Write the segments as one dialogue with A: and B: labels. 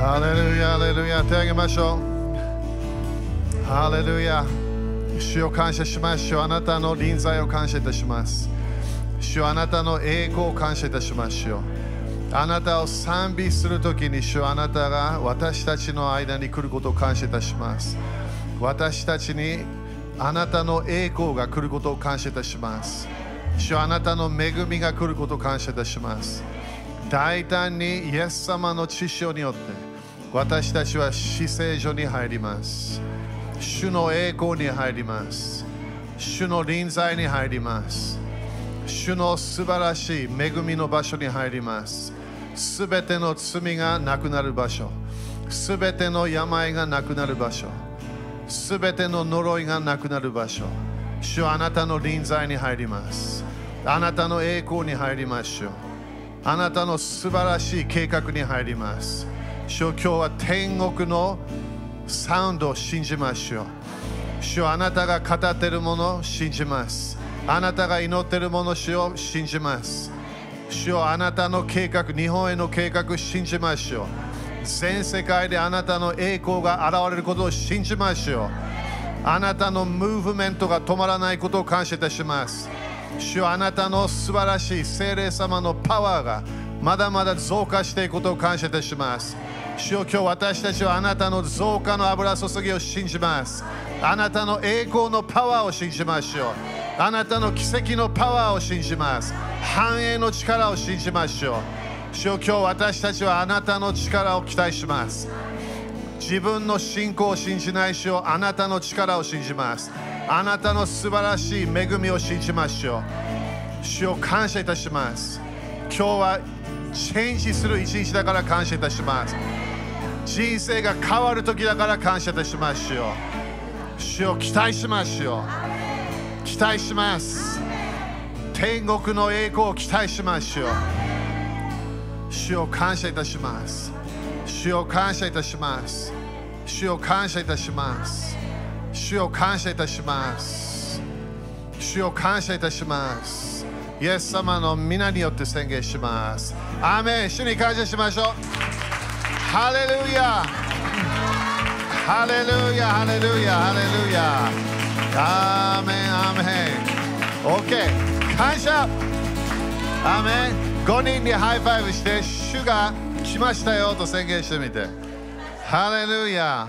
A: ハレルヤ、ハレルヤ、手を挙げましょう。ハレルヤ、主を感謝します。主あなたの臨在を感謝いたします。主あなたの栄光を感謝いたします。主よあなたを賛美するときに主あなたが私たちの間に来ることを感謝いたします。私たちにあなたの栄光が来ることを感謝いたします。主あなたの恵みが来ることを感謝いたします。大胆にイエス様の知識によって私たちは死聖所に入ります主の栄光に入ります主の臨在に入ります主の素晴らしい恵みの場所に入りますすべての罪がなくなる場所すべての病がなくなる場所すべての呪いがなくなる場所主あなたの臨在に入りますあなたの栄光に入りましょうあなたの素晴らしい計画に入ります主今日は天国のサウンドを信じましょう主あなたが語っているものを信じますあなたが祈っているもの主を信じます主よあなたの計画日本への計画を信じましょう全世界であなたの栄光が現れることを信じましょうあなたのムーブメントが止まらないことを感謝いたします主よあなたの素晴らしい精霊様のパワーがまだまだ増加していくことを感謝いたします主よ今日私たちはあなたの増加の油注ぎを信じますあなたの栄光のパワーを信じましょうあなたの奇跡のパワーを信じます繁栄の力を信じましょう主よ今日私たちはあなたの力を期待します自分の信仰を信じないしをあなたの力を信じますあなたの素晴らしい恵みを信じましょう主を感謝いたします今日はチェンジする一日だから感謝いたします人生が変わる時だから感謝いたしましょう主を期待しましょう期待します天国の栄光を期待しましょう主を感謝いたします主を感謝いたします主を感謝いたします主を感謝いたします主を感謝いたしますイエス様の皆によって宣言しますアーメン主に感謝しましょうハレルヤハレルヤハレルヤハレルヤアーメンアーメンオッケー感謝アーメン5人にハイファイブして主が来ましたよと宣言してみてハレルヤ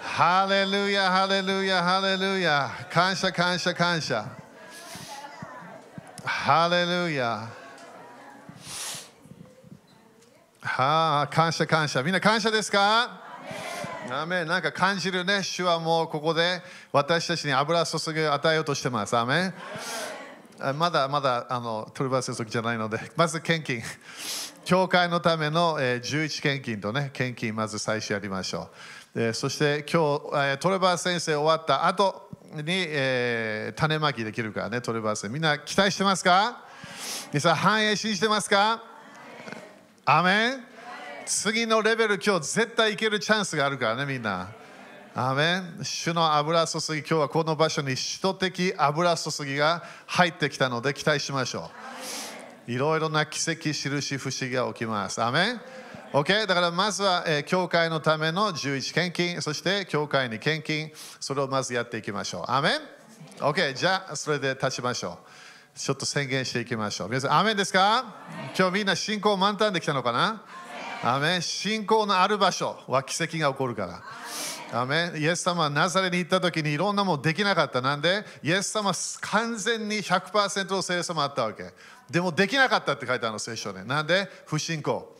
A: ハレルヤハレルヤハレルヤ感謝感謝感謝ハレルヤはあ感謝感謝みんな感謝ですかアーメンなんか感じるね主はもうここで私たちに油注ぎを与えようとしてますアーメンあまだまだあの取りバス時じゃないので、 まず献金、教会のための、えー、11献金とね、献金、まず最初やりましょう。えーそして今日、えートレバー先生終わった後に、えー種まきできるからね、トレバー先生、みんな期待してますか皆さん、繁栄信じてますかアーメン次のレベル、今日絶対いけるチャンスがあるからね、みんな。アーメン主の油注ぎ、今日はこの場所に使徒的油注ぎが入ってきたので期待しましょう。いろいろな奇跡、印、不思議が起きます。アーメン OK? だからまずは、えー教会のための11献金、そして教会に献金、それをまずやっていきましょう。アーメン OK? じゃあ、それで立ちましょう。ちょっと宣言していきましょう。皆さん、アーメンですか今日みんな信仰満タンできたのかなアーメン信仰のある場所は奇跡が起こるから。アーメンイエス様はナザレに行った時にいろんなものできなかったなんでイエス様は完全に100%の聖霊様あったわけでもできなかったって書いてあるの聖書ねなんで不信仰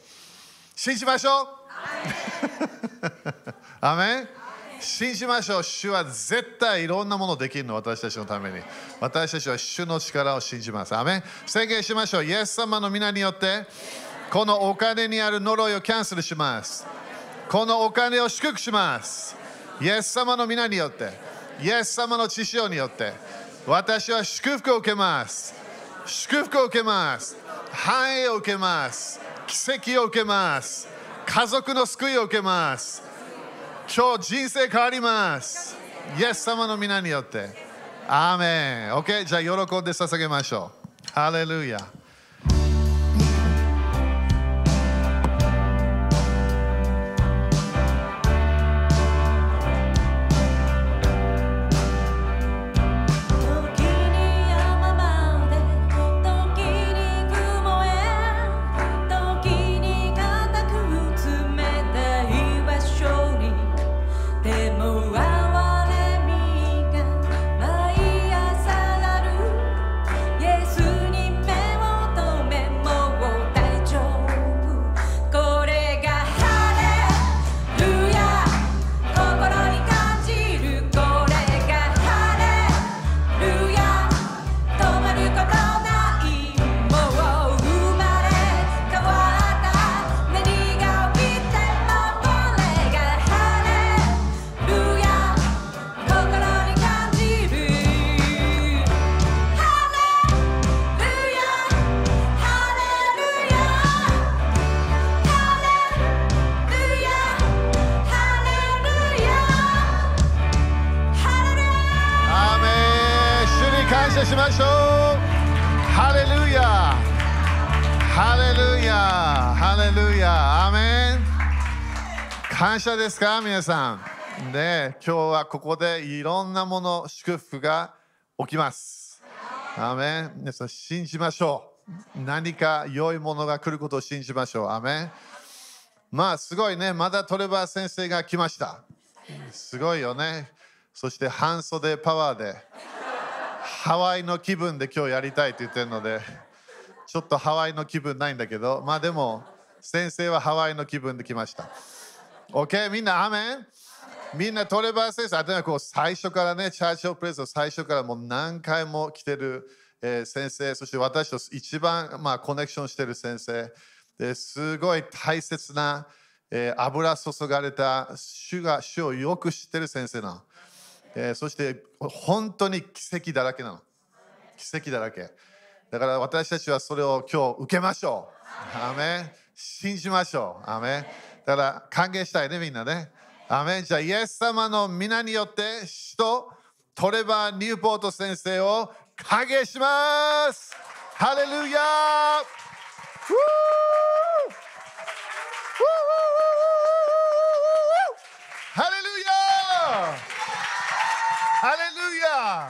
A: 信じましょ うアーメン信じましょう主は絶対いろんなものできるの私たちのために私たちは主の力を信じますアーメン宣言しましょうイエス様の皆によってこのお金にある呪いをキャンセルしますこのお金を祝福します。イエス様の皆によって、イエス様の知性によって、私は祝福を受けます。祝福を受けます。繁栄を受けます。奇跡を受けます。家族の救いを受けます。今日人生変わります。イエス様の皆によって。アーメン。OK? じゃあ喜んで捧げましょう。ハレルヤ。ましょうハレルヤハレルヤハレルヤアーメン感謝ですか皆さんで今日はここでいろんなもの祝福が起きますアーメン皆さん信じましょう何か良いものが来ることを信じましょうアーメンまあすごいねまだトレバー先生が来ましたすごいよねそして半袖パワーでハワイの気分で今日やりたいって言ってるのでちょっとハワイの気分ないんだけどまあでも先生はハワイの気分で来ました OK みんなアーメンみんなトレバー先生あとはこう最初からねチャーチオプレスの最初からもう何回も来てる、えー先生そして私と一番、まあ、コネクションしてる先生ですごい大切な、えー油注がれた主が主をよく知ってる先生なの。えーそして本当に奇跡だらけなの奇跡だらけだから私たちはそれを今日受けましょうアーメン信じましょうアーメンだから歓迎したいねみんなねアーメンじゃあイエス様の皆によって使徒トレバー・ニューポート先生を歓迎しますハレルヤーウーハレルヤーハレルヤ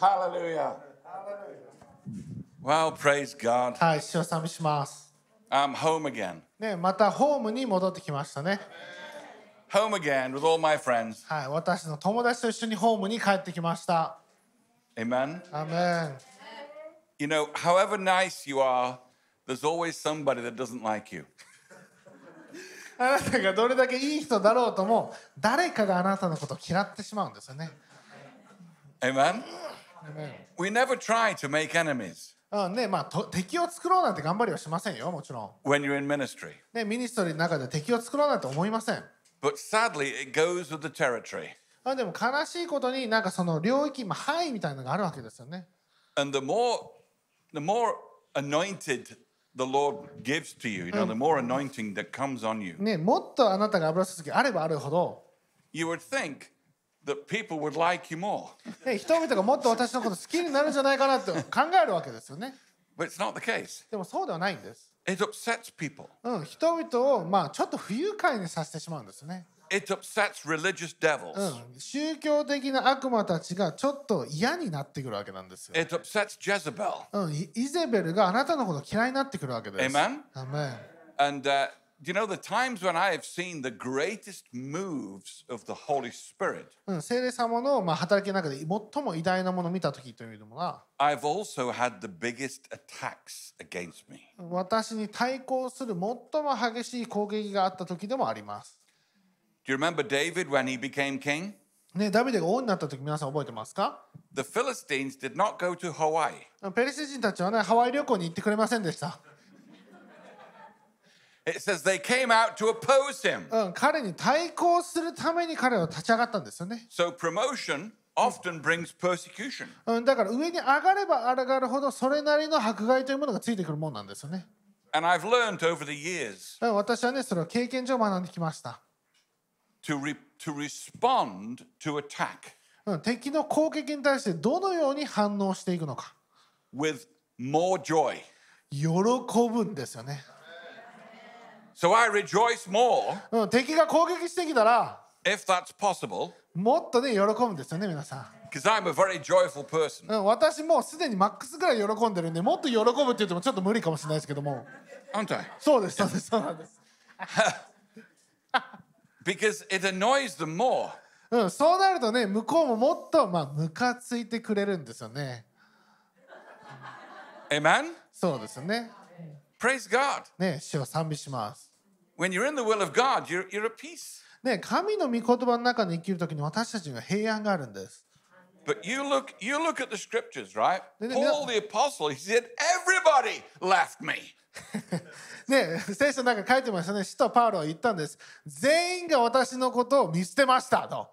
B: Hallelujah. Wow, praise God.
C: はい、主を賛美します。
B: I'm home again.
C: ね、またホームに戻ってきましたね。
B: Home again with all my friends.
C: はい、私の友達と一緒にホームに帰ってきました。
B: Amen.
C: アーメ
B: You know, however nice you are, there's always somebody that doesn't like you.
C: ン。あなたがどれだけいい人だろうとも、誰かがあなたのことを嫌ってしまうんですよね。
B: Amen.
C: アーメン
B: We never try to make enemies
C: うん、ね、まあと、敵を作ろうなんて頑張りはしませんよ、もちろん。
B: when you're in ministry,
C: ね、ミニストリーの中で敵を作ろうなんて思いません。
B: but sadly, it goes with the territory.
C: あでも悲しいことになんかその領域、まあ、範囲みたいなのがあるわけですよね。
B: And the more, the more anointed the Lord gives to you, you know, the more anointing that comes on you,
C: ね、もっとあなたが油注ぎあればあるほど、
B: you would think that people would like you more.
C: ね、人々がもっと私のこと好きになるんじゃないかなって考えるわけですよね。
B: But it's not the case.
C: でもそうではないんです。
B: It upsets people.
C: うん、人々をまあちょっと不愉快にさせてしまうんですよね。
B: It upsets religious devils.
C: うん、宗教的な悪魔たちがちょっと嫌になってくるわけなんですよ。
B: It upsets Jezebel.
C: うん、イイゼベルがあなたのこと嫌いになってくるわけです。
B: Amen.
C: アメン
B: And uh, you know, the times when I have seen the greatest moves of the Holy Spirit,
C: うん、聖霊様のまあ働きの中で最も偉大なものを見た時というのは
B: I've also had the biggest attacks against me.
C: 私に対抗する最も激しい攻撃があった時でもあります。
B: Do you remember David when he became king?
C: ね、ダビデが王になった時皆さん覚えてますか
B: The Philistines did not go to Hawaii.
C: ペリシ人たちはねハワイ旅行に行ってくれませんでした、
B: It says they came out to oppose him.
C: うん、彼に対抗するために彼は立ち上がったんですよね、
B: So promotion often brings persecution.
C: うん、だから上に上がれば上がるほどそれなりの迫害というものがついてくるもんなんですよね、
B: And I've learned over the years
C: うん、私はねそれを経験上学んできました、
B: to, re- to respond to attack
C: うん、敵の攻撃に対してどのように反応していくのか
B: with more joy.
C: 喜ぶんですよね、
B: So I rejoice more,
C: うん、敵が攻撃してきたら
B: if that's possible,
C: もっとね喜ぶんですよね皆さ
B: because I'm a very joyful person.
C: ん、うん、私もうすでにマックスぐらい喜んでるんでもっと喜ぶって言ってもちょっと無理かもしれないですけども
B: Aren't I?
C: そうですそうですそうなんです、
B: Because it annoys them more.
C: うん、そうなるとね向こうももっとまあムカついてくれるんですよね
B: Amen?
C: そうですよね
B: Praise God.
C: ね、主を賛美します。
B: When you're in the will of God, you're, you're at peace.
C: ね、神の御言葉の中で生きるときに私たちには平安があるんです。
B: But you look, you look at the scriptures, right?
C: No, no, no.
B: Paul the apostle, he said, everybody left me.
C: ね、聖書の中に書いてましたね。使徒パウロは言ったんです。全員が私のことを見捨てましたと。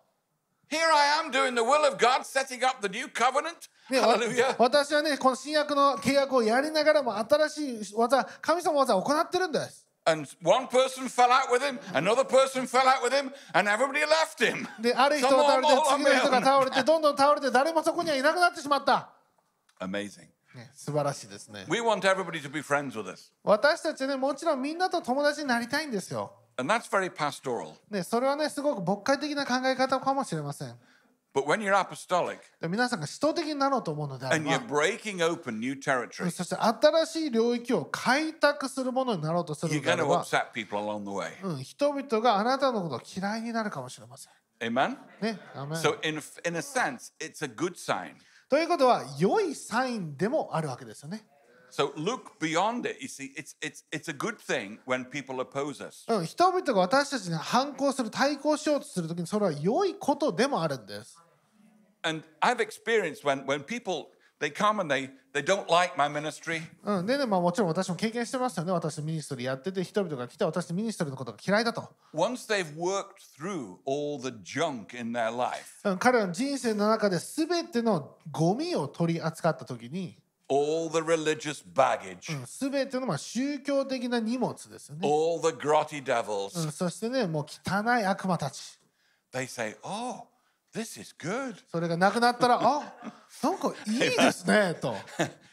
B: Here I am doing the will of God, setting up the new covenant.
C: ね、わ
B: Hallelujah.
C: 私はね、この新約の契約をやりながらも新しい技、神様の技を行ってるんです。
B: And one person fell out with him, another person fell out with him, and everybody left him.
C: で、ある人が倒れて、次の人が倒れて、どんどん倒れて、誰もそこにはいなくなってしまった。
B: Amazing.
C: ね、素晴らしいですね。
B: We want everybody to be friends with us.
C: 私たちね、もちろんみんなと友達になりたいんですよ。
B: And that's very pastoral.
C: ね、それはね、すごく牧会的な考え方かもしれません。
B: But when you're apostolic
C: で皆さんが使徒的になろうと思うのであれ
B: and you're
C: ば、
B: breaking open new territory,
C: そして新しい領域を開拓するものになろうとする
B: you're
C: のであ
B: going
C: れ
B: to
C: ば、
B: upset people along the way.
C: うん、人々があなたのことを嫌いになるかもしれません。
B: Amen?
C: ね、アメン
B: So, in, in a sense, it's a good sign.
C: ということは良いサインでもあるわけですよね。
B: So, look beyond it. You see, it's, it's, it's a good thing when people oppose us.
C: うん、人々が私たちに反抗する対抗しようとするときにそれは良いことでもあるんです。
B: And I've experienced when, when people they come and they, they don't like my ministry,
C: うん、でね、まあ、もちろん私も経験してますよね私ミニストリーやってて人々が来て私ミニストリーのことが嫌いだと、
B: once they've worked through all the junk in their life,
C: うん、彼らの人生の中で全てのゴミを取り扱ったときに
B: all the religious baggage,
C: うん全てのまあ宗教的な荷物ですよね、
B: all the grotty
C: う
B: devils,
C: ん、そしてねもう汚い悪魔たち
B: they say, Oh, this is good.
C: それがなくなったらあなんかいいですねと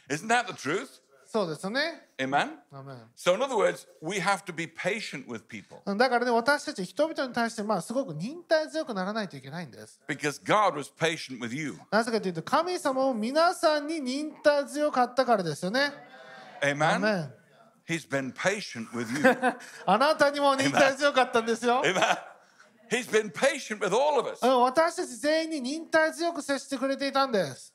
B: Isn't that the truth?
C: そうですよね
B: Amen?
C: アメン
B: So, in other words, we have to be patient with people
C: うんだからね私たち人々に対してまあすごく忍耐強くならないといけないんです。
B: because God was patient with you.
C: なぜかというと神様も皆さんに忍耐強かったからですよね。ア
B: Amen?
C: メン
B: He's been patient with you.
C: あなたにも忍耐強かったんですよ。
B: Amen? He's been patient with all of us.
C: うん私たち全員に忍耐強く接してくれていたんです。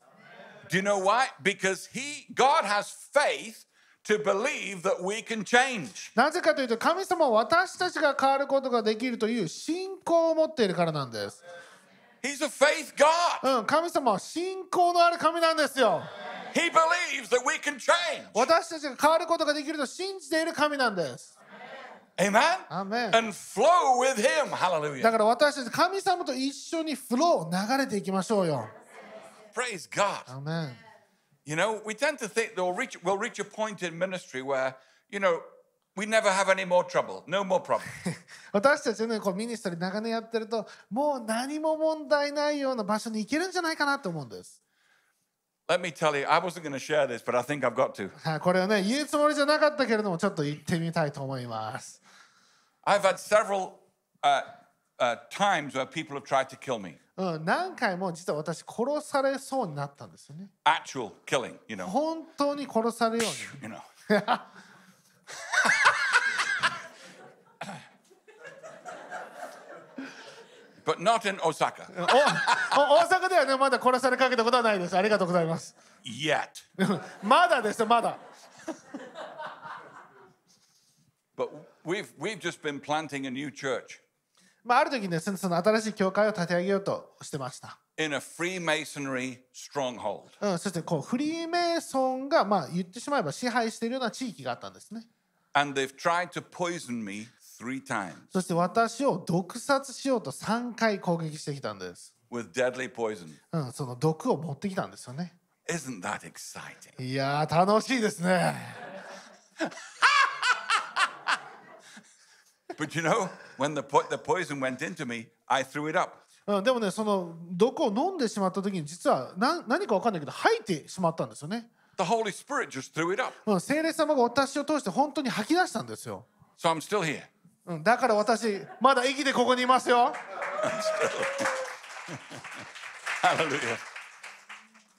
B: Do you know why? Because he, God has faith to believe that we can change.
C: なぜかというと神様は私たちが変わることができるという信仰を持っているからなんです。
B: He's a faith God.
C: うん、神様は信仰のある神なんですよ。
B: He believes that we can change.
C: 私たちが変わることができると信じている神なんです。
B: Amen?
C: アーメン
B: And flow with him.
C: だ
B: Hallelujah.
C: から私たち神様と一緒にフローを流れていきましょうよ。
B: Praise God.
C: アーメン
B: You know, we tend to think that we'll reach, we'll reach a point in ministry where, you know, we never have any more trouble, no more problem.
C: 私たちねこうミニストリー長年やってるともう何も問題ないような場所に行けるんじゃないかなと思うんです。
B: Let me tell you, I wasn't going to share this, but I think I've got to.
C: はい、これをね言うつもりじゃなかったけれどもちょっと行ってみたいと思います。
B: I've had several uh, uh, times where people have tried to kill me,
C: うん、何回も実は私殺されそうになったんですよね。
B: actual killing, you know.
C: 本当に殺されるよう
B: you know. but not in Osaka
C: に。お お大阪ではねまだ殺されかけたことはないです。ありがとうございます。
B: yet.
C: まだですよまだ。
B: But we've we've just been planting a new church
C: まあ、ある時にですねその新しい教会を立て上げようとしてました。
B: in a Freemasonry stronghold.
C: うん、そしてこうフリーメイソンが、まあ、言ってしまえば支配しているような地域があったんですね
B: And they've tried to poison me three times
C: そして私を毒殺しようと3回攻撃してきたんです、
B: with deadly poison.
C: うん、その毒を持ってきたんですよね
B: Isn't that exciting?
C: いやー楽しいですね
B: But you know, when the, po- the poison went into me, I threw it up.
C: うん、でもねその毒を飲んでしまった時に実はな何か分かんないけど吐いてしまったんですよね、
B: The Holy Spirit just threw it up.
C: うん、聖霊様が私を通して本当に吐き出したんですよ、
B: So I'm still here.
C: うん、だから私まだ生きてここにいますよ
B: Hallelujah.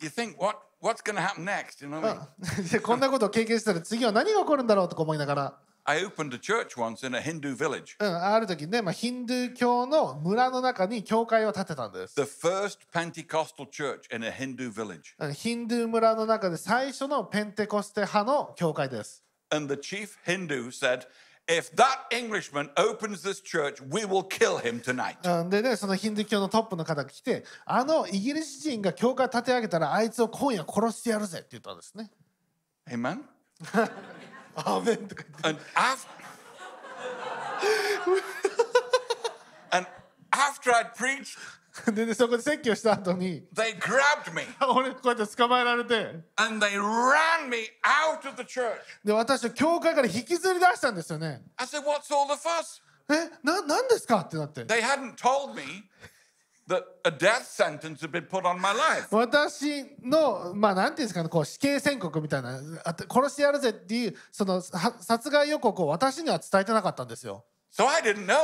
B: You think what what's going to happen next? You know what I mean?
C: でこんなことを経験したら次は何が起こるんだろうとか思いながら
B: I opened a church once in a Hindu village.
C: うん、ある時ね、まあ、ヒンドゥー教の村の中に教会を建てたんです。
B: The first Pentecostal church in a Hindu village.
C: うんヒンドゥー村の中で最初のペンテコステ派の教会です。
B: and the chief Hindu said, If that Englishman opens this church, we will kill him tonight.
C: うんでねそのヒンドゥー教のトップの方が来てあのイギリス人が教会立て上げたらあいつを今夜殺してやるぜって言ったんですね。
B: Amen?
C: アーメンとか言って
B: And after. and after I'd preached,
C: でねそこで説教した後に
B: they grabbed me
C: 俺こうやって捕まえられて
B: and they ran me out of the church.
C: で私は教会から引きずり出したんですよね
B: I said, What's all the fuss?
C: えな何ですかってなって
B: They hadn't told me that a death sentence had been put on my life.
C: 私のまあなんていうんですかねこう死刑宣告みたいなあと殺してやるぜっていうそのは殺害予告を私には伝えてなかったんですよ
B: So I didn't know.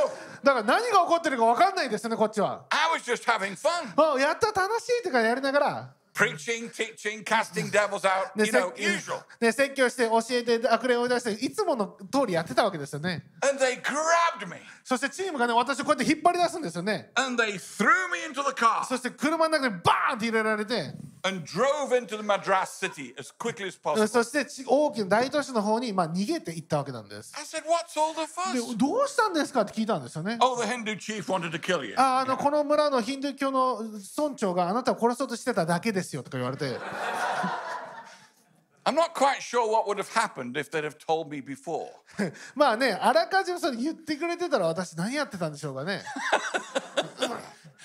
C: だから何が起こってるか分かんないですよねこっちは
B: I was just having fun,
C: あやった楽しいとかやりながら
B: preaching, teaching, casting devils out, you
C: ね
B: know,
C: 説
B: usual.
C: ね説教して教えて悪霊を追い出していつもの通りやってたわけですよね
B: And they grabbed me
C: そしてチームがね私をこうやって引っ張り出すんですよね
B: and they threw me into the car
C: そして車の中にバーンって入れられて
B: and drove into the Madras city as quickly as possible.
C: そしてち大きな大都市の方にまあ逃げていったわけなんです
B: I said, What's all the
C: で
B: fuss?
C: どうしたんですかって聞いたんですよね
B: Oh, the Hindu chief wanted to kill you.
C: ああのこの村のヒンドゥー教の村長があなたを殺そうとしてただけですよとか言われて
B: I'm not quite sure what would have happened if they'd have told me before.
C: まあねあらかじめそれ言ってくれてたら私何やってたんでしょうかね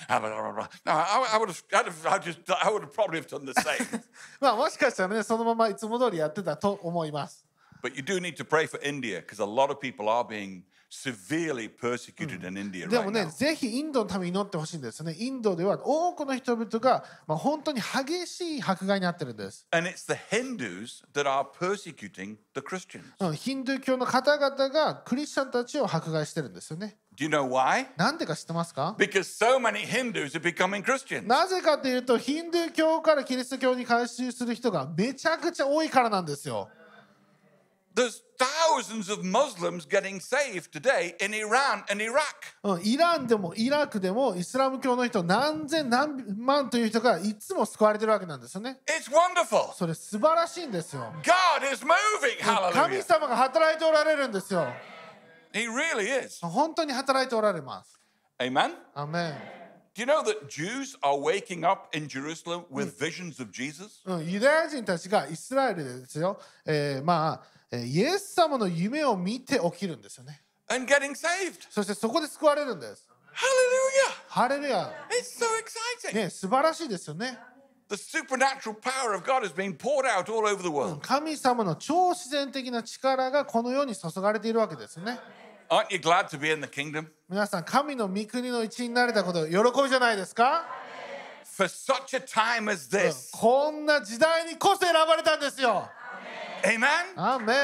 B: Ah, blah, blah, blah. No, I, I would have, I'd have, I just, I would have probably have done the same.
C: まあもしかしたらねそのままいつも通りやってたと思います
B: but you do need to pray for India because a lot of people are being severely persecuted in India
C: でも
B: right
C: ね
B: now.
C: ぜひインドのために祈ってほしいんですねインドでは多くの人々が、まあ、本当に激しい迫害に遭ってるんです、
B: And it's the Hindus that are persecuting the Christians.
C: うん、ヒンドゥー教の方々がクリスチャンたちを迫害してるんですよね
B: Do you know why?
C: なんでか知ってますか
B: Because so many Hindus are becoming Christians.
C: なぜかというとヒンドゥー教からキリスト教に改宗する人がめちゃくちゃ多いからなんですよ
B: There's thousands of Muslims getting saved today in Iran and Iraq.
C: うんイランでもイラクでもイスラム教の人何千何万という人がいつも救われてるわけなんですよね
B: It's wonderful.
C: それ素晴らしいんですよ
B: God is moving.
C: 神
B: Hallelujah.
C: 様が働いておられるんですよ
B: He really is.
C: 本当に働いておられます
B: Amen.
C: アメン
B: Do you know that Jews are waking up in Jerusalem with visions of Jesus?
C: うん、ユダヤ人たちがイスラエルでですよ、えーまあえーイエス様の夢を見て起きるんですよね
B: and getting saved.
C: そしてそこで救われるんです
B: Hallelujah!
C: ハレルヤ
B: It's so exciting.
C: ね素晴らしいですよね
B: The supernatural power of God is being poured out all over the world.
C: 神様の超自然的な力がこの世に注がれているわけですよね
B: Aren't you glad to be in the kingdom?
C: 皆さん神の御国の一員になれたこと喜びじゃないですか
B: For such a time as this.
C: こんな時代にこそ選ばれたんですよ
B: Amen?
C: アーメン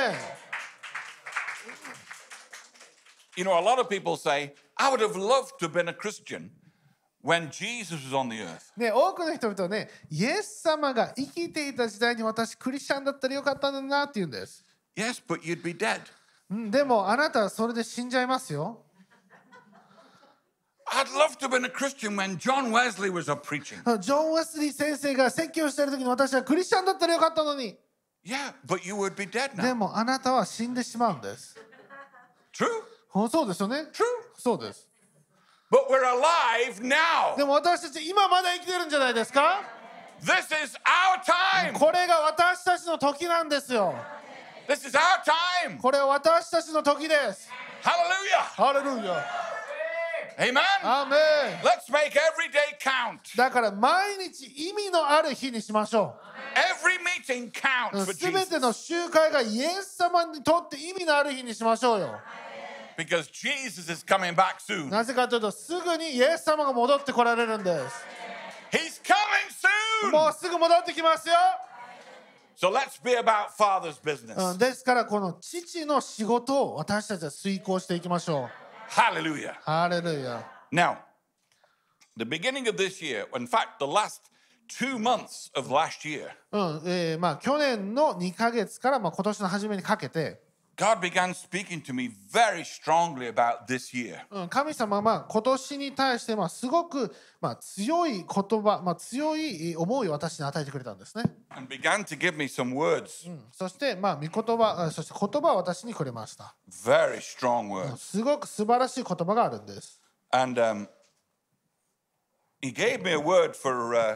B: You know, a lot of people say, I would have loved to have been a Christian when Jesus was on the earth.
C: ね、多くの人々はねイエス様が生きていた時代に私クリスチャンだったらよかったんだなって言うんです
B: Yes, but you'd be dead.
C: うんでもあなたはそれで死んじゃいますよ
B: I'd love to have been a Christian when John Wesley was up preaching.
C: ジョン・ウェスリー先生が説教してる時に私はクリスチャンだったらよかったのに
B: Yeah, but you would be dead
C: で
B: now.
C: もあなたは死んでしまうんです
B: True?
C: ほそうですよね
B: True.
C: そうです
B: But we're alive now.
C: でも私たち今まだ生きてるんじゃないですか
B: This is our time.
C: これが私たちの時なんですよ
B: This is our time.
C: これは私たちの時です
B: Hallelujah.
C: ハレルヤ
B: Amen.
C: アーメン
B: Let's make every day count.
C: だから毎日意味のある日にしましょ
B: Every meeting
C: う
B: counts for
C: 全て
B: Jesus
C: の集会がイエス様にとって意味のある日にしましょうよ
B: because Jesus is coming back soon.
C: なぜかというとすぐにイエス様が戻ってこられるんです
B: He's coming
C: も
B: soon.
C: うすぐ戻ってきますよ、
B: So let's be about Father's
C: う
B: business.
C: ん、ですからこの父の仕事を私たちは遂行していきましょ
B: Hallelujah.
C: うハレルヤ
B: Now, the beginning of this year, in fact, the last two months of last year,
C: うんえーまあ、去年の2ヶ月から、まあ、今年の初めにかけて
B: God began speaking to me very strongly about this year.
C: うん、神様は今年に対してまあすごくまあ強い言葉、まあ、強い思いを私に与えてくれたんですね。
B: and began to give me some words,
C: うんそしてまあ御言葉あそして言葉を私にくれました。
B: very strong words.
C: すごく素晴らしい言葉があるんです。
B: And um, he gave me a word for uh,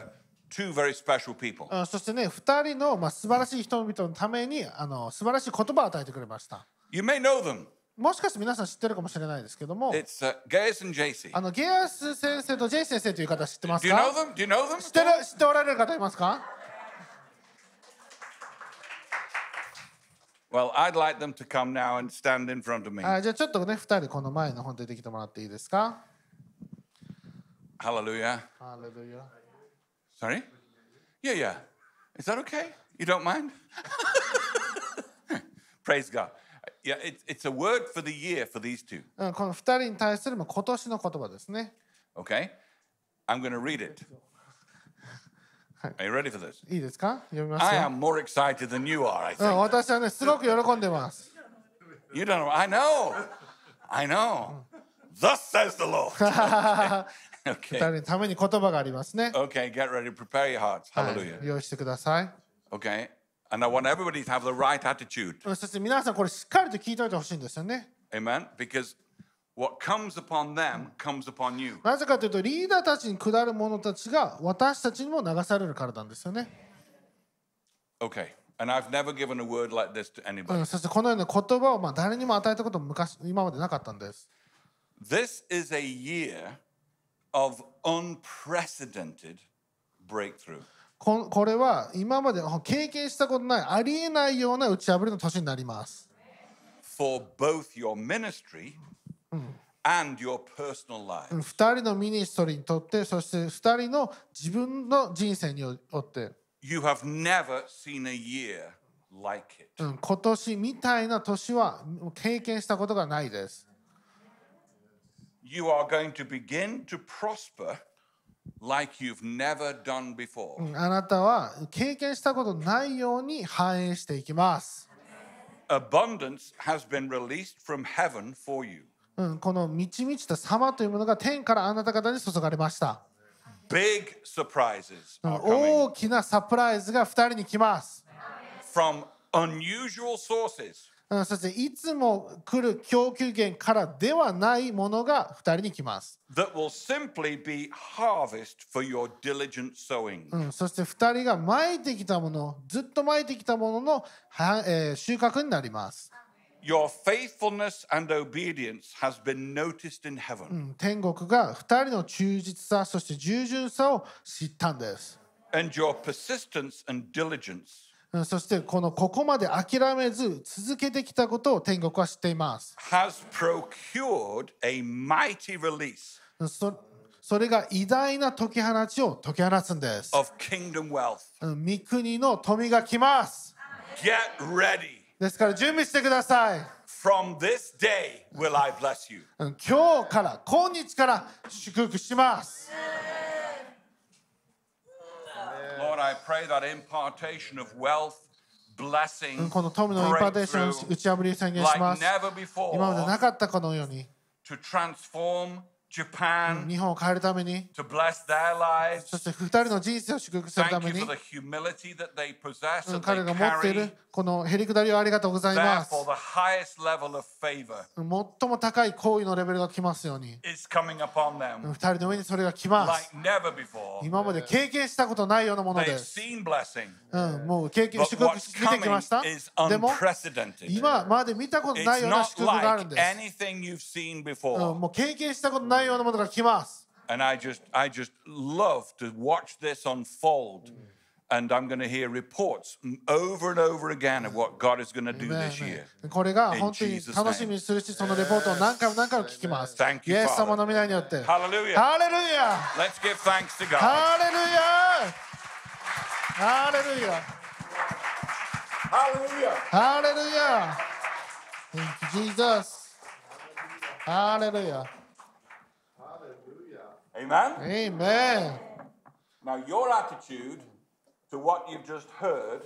B: two very special people.
C: うんそしてね2人のまあ素晴らしい人々のためにあの素晴らしい言葉を与えてくれました。
B: You may know them.
C: もしかして皆さん知ってるかもしれないですけども
B: It's uh, Gaius and JC.
C: あのゲアス先生とジェイ先生という方知ってま
B: Do
C: す
B: you know
C: か
B: them? Do you know them?
C: 知ってる知っておられる方いますか
B: Well, I'd like them to come now and stand in front of me.
C: あじゃあちょっとね2人この前の本出てきてもらっていいですか
B: Hallelujah.
C: ハレルヤ
B: Sorry? Yeah, yeah. Is that okay? You don't mind? Praise God. Yeah, it, it's a word for the year for these two.
C: うん、この2人に対するまあ今年の言葉ですね
B: Okay? I'm going to read it.
C: Hi.
B: Are you ready for this?
C: いいですか読みます
B: I
C: よ、
B: am more excited than you are, I
C: う
B: think.
C: ん、私はねすごく喜んでます
B: You don't know. I know. I know. Thus says the Lord.
C: 2人
B: Okay.
C: のために言葉がありますね、
B: Okay, get ready. Prepare your hearts.
C: はい
B: Hallelujah.
C: 用意してください、
B: Okay? And I want everybody to have the right attitude.
C: うん、そして皆さんこれしっかりと聞いておいてほしいんですよね
B: Amen? Because what comes upon them comes upon you.
C: なぜかというとリーダーたちに下る者たちが私たちにも流されるからなんですよね
B: Okay. And I've never given a word like this to
C: う
B: anybody.
C: ん、そしてこのような言葉をまあ誰にも与えたことも昔今までなかったんです。
B: This is a year of unprecedented breakthrough.
C: こんこれは今までほん経験したことないありえないような打ち破りの年になります。
B: for both your ministry and your personal life.
C: 2人のミニストリーにとってそして2人の自分の人生によって、
B: You have never seen a year like it.
C: うん、今年みたいな年は経験したことがないです。
B: You are going to begin to prosper like you've never done before.
C: うんあなたは経験したことないように反映していきます。
B: Abundance has been released from heaven for you.
C: うん、この満ち満ちた様というものが天からあなた方に注がれました。
B: Big surprises
C: うん
B: are coming
C: 大きなサプライズが2人に来ます。
B: from unusual sources.
C: うんそしていつも来る供給源からではないものが2人に来ます、
B: That will simply be harvest for your diligent sowing.
C: うん、そして2人が撒いてきたものずっと撒いてきたもののは、えー収穫になります、
B: Your faithfulness and obedience has been noticed in heaven.
C: うん、天国が2人の忠実さそして従順さを知ったんです、
B: and your persistence and diligence
C: うん、そしてこのここまで諦めず続けてきたことを天国は知っています、
B: has procured a mighty release
C: うんそそれが偉大な解き放ちを解き放つんです、
B: of kingdom wealth.
C: うん、三国の富が来ます
B: Get ready.
C: ですから準備してください
B: From this day will I bless you.
C: うん今日から今日から祝福します、
B: Lord, I pray that impartation of wealth, blessing,
C: Mm, この富のインパーテーションを打
B: breakthrough,
C: ち破り宣言しま
B: like
C: す
B: never
C: 今までな
B: before
C: かったこのように
B: to transform Japan,
C: 日本を変えるために
B: to bless their lives.
C: そして2人の人生を祝福するた
B: Thank
C: め
B: you
C: に
B: for the humility that they possess
C: うん
B: and
C: 彼
B: they
C: が持っている
B: carry.
C: このへりくだりをありがとうございます
B: Therefore, the highest level of favor
C: 最も高い行為のレベルが来ますように
B: is coming upon
C: 2
B: them
C: 人の上にそれが来ます
B: like never before.
C: 今まで経験したことないようなもので
B: They've
C: す、
B: seen blessing,
C: うん、もう経験
B: but
C: 祝福
B: what's
C: してき
B: coming
C: ました
B: is
C: でも
B: unprecedented.
C: 今まで見たことない
B: It's
C: ような
B: not
C: 祝福があるん
B: like
C: です
B: anything you've seen
C: うん、
B: before.
C: もう経験したことないようなものが来ます。
B: And I just, I just love to watch this unfold. And I'm going to hear reports m- over and over again of what God is going to do
C: ね
B: this
C: えね
B: year.
C: えこれが本当に
B: Jesus'
C: 楽しみにするし、そのレポートを何回も何回も聞きます。
B: Thank you,
C: イエス
B: Father.
C: 様の皆によって。ハ
B: Hallelujah.
C: レルヤ
B: Let's give thanks to God.
C: ハレルヤハレルヤ
B: Hallelujah.
C: ハレルヤ Thank you, Jesus! ハレルヤ
B: Amen.
C: Amen!
B: Now, your attitude to what you've just heard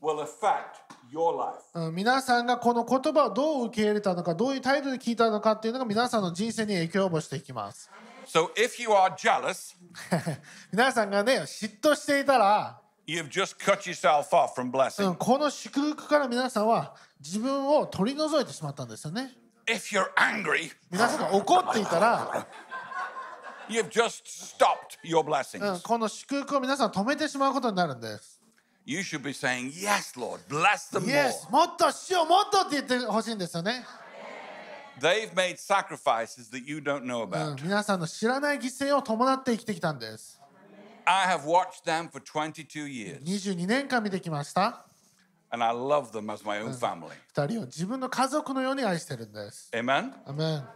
B: will affect your life.
C: うん皆さんがこの言葉をどう受け入れたのかどういう態度で聞いたのかっていうのが皆さんの人生に影響を及ぼしていきます
B: So if you are jealous,
C: 皆さんがね嫉妬していたら、
B: you've just cut yourself off from
C: う
B: blessing.
C: んこの祝福から皆さんは自分を取り除いてしまったんですよね
B: If you're angry,
C: 皆さんが怒っていたら、
B: you've just stopped your
C: うん
B: blessings.
C: この祝福を皆さん止めてしまうことになるんです。
B: You should be saying, Yes, Lord, bless them
C: イエス
B: more.
C: もっとしようもっとって言ってほしいんですよね、
B: They've made sacrifices that you don't know
C: うん
B: about.
C: 皆さんの知らない犠牲を伴って生きてきたんです。
B: I have watched them for 22 years
C: 22年間見てきました。
B: and I love them as my own family.
C: 二人を自分の家族のように愛してるんです。
B: Amen.
C: アメン。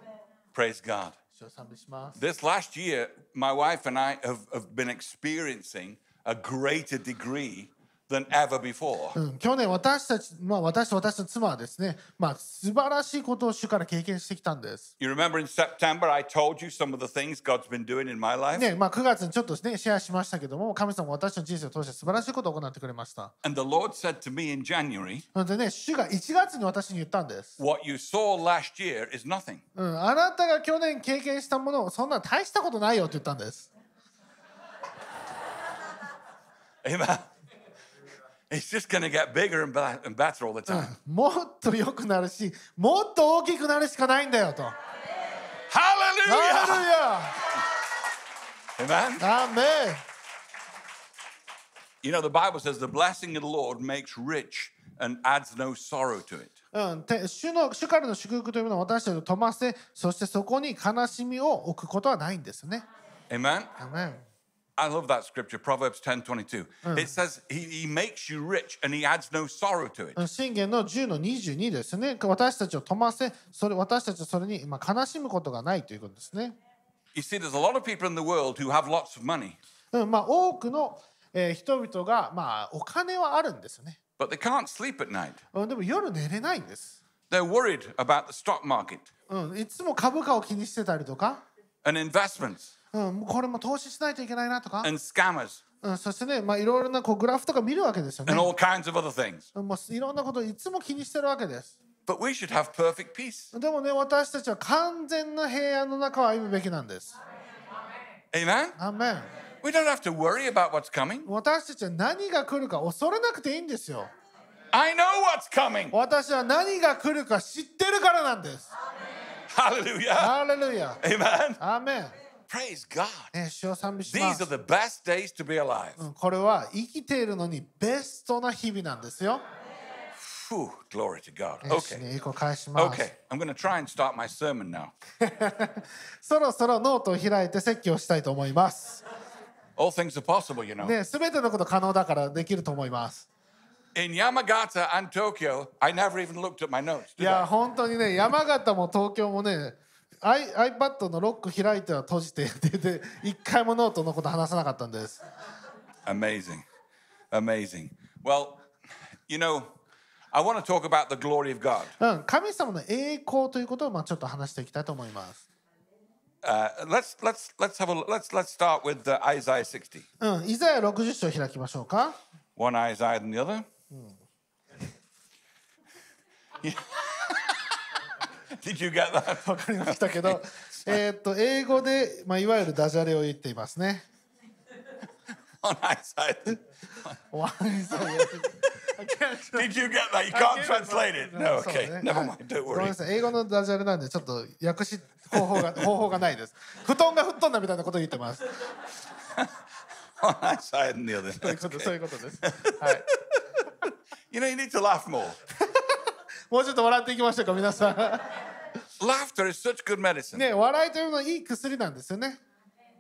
B: Praise God.
C: 主を賛美します。
B: This last year, my wife and I have, have been experiencing a greater degree than ever before.
C: うん去年私たち、まあ、私と私の妻はですね、まあ、素晴らしいことを主から経験してきたんです。
B: You remember in September, I told you some of the things God's been doing in my life.
C: ねまあ、9月にちょっと、ね、シェアしましたけども神様が私の人生を通して素晴らしいことを行ってくれました。
B: And the Lord said to me in January,
C: それでね、主が1月に私に言ったんです。
B: What you saw last year is nothing.
C: うん、あなたが去年経験したものをそんな大したことないよって言ったんです。
B: Amen. It's just going to get bigger and, ba- and better all the time.
C: もっと良くなるし、もっと大きくなるしかないんだよと。ハ
B: Hallelujah!
C: レ
B: Amen.
C: ルヤアーメン
B: You know, the Bible says the blessing of the Lord makes rich and adds no sorrow to it.
C: うん、て主の主からの祝福というものは私たちを飛ばせ、そしてそこに悲しみを置くことはないんですね。
B: Amen.
C: アーメン
B: I love that scripture, Proverbs 10 22. It says, he, he makes you rich and he adds no sorrow to it.
C: うん信玄の10の22ですね。私たちを飛ばせ、それ私たちはそれに、まあ、悲しむことがないということですね。
B: You see, there's a lot of people in the world who have lots of money,
C: うんまあ、多くの、えー人々が、まあ、お金はあるんですよね。
B: but they can't sleep at night.
C: うんでも夜寝れないんです、
B: They're worried about the stock market
C: うん、いつも株価を気にしてたりとか、
B: and investments
C: うん、もうこれも投資しないといけないなとか、
B: and scammers
C: うん、そしてね、まあ、いろいろなこうグラフとか見るわけですよね
B: and all kinds of other things.
C: うんもういろんなことをいつも気にしてるわけです
B: But we should have perfect peace.
C: でもね私たちは完全な平安の中を歩むべきなんです
B: Amen?
C: アーメン
B: We don't have to worry about what's coming.
C: 私たちは何が来るか恐れなくていいんですよ
B: I know what's coming.
C: 私は何が来るか知ってるからなんです
B: Hallelujah.
C: ハレルヤ
B: Amen.
C: アーメン
B: Praise God.
C: ね主を賛美しま
B: These
C: す
B: are the best days to be alive.
C: うんこれは生きているのにベストな日々なんですよ
B: Phew, glory to God.
C: よし
B: Okay.
C: ね、栄光返します。
B: Okay. I'm going to try and start my sermon now.
C: そろそろノートを開いて説教したいと思います。
B: All things are possible, you know.
C: ね、すべてのこと可能だからできると思います。
B: In Yamagata and Tokyo, I never even looked at my notes.
C: い
B: Did
C: や、
B: I?
C: 本当にね、山形も東京もね、I iPad のロック開いては閉じて でで一回もノートのこと話さなかったんです。
B: Amazing. Amazing. Well, you know, I want to talk about the glory of God.
C: うん、神様の栄光ということをまあちょっと話していきたいと思います。
B: Uh, let's let's let's have a look. let's let's start with uh, Isaiah 60.
C: うん、イザヤ60章を開きましょうか。
B: One eye is higher than the other. Did you get that?
C: わ かりましたけ ど、えーっと英語でまあいわゆるダジャレを言っていますね。
B: One eye is higher than-
C: 終わりそうです。
B: Did you get that? You can't translate it. No,
C: そう
B: okay.
C: ね
B: Never
C: はい
B: mind. Don't
C: ごめん
B: worry.
C: なさい英語のダジャレなんでちょっと訳し方 法が方法がないです布団が吹っ飛んだみたいなこと言って ます
B: One eye is higher than the other.
C: そういうことそういうことですはい。
B: You know, you need to laugh more.
C: もうちょっと笑っていきましょうか皆さ
B: Laughter is such good
C: ん
B: medicine.
C: ね笑いというのはいい薬なんですよね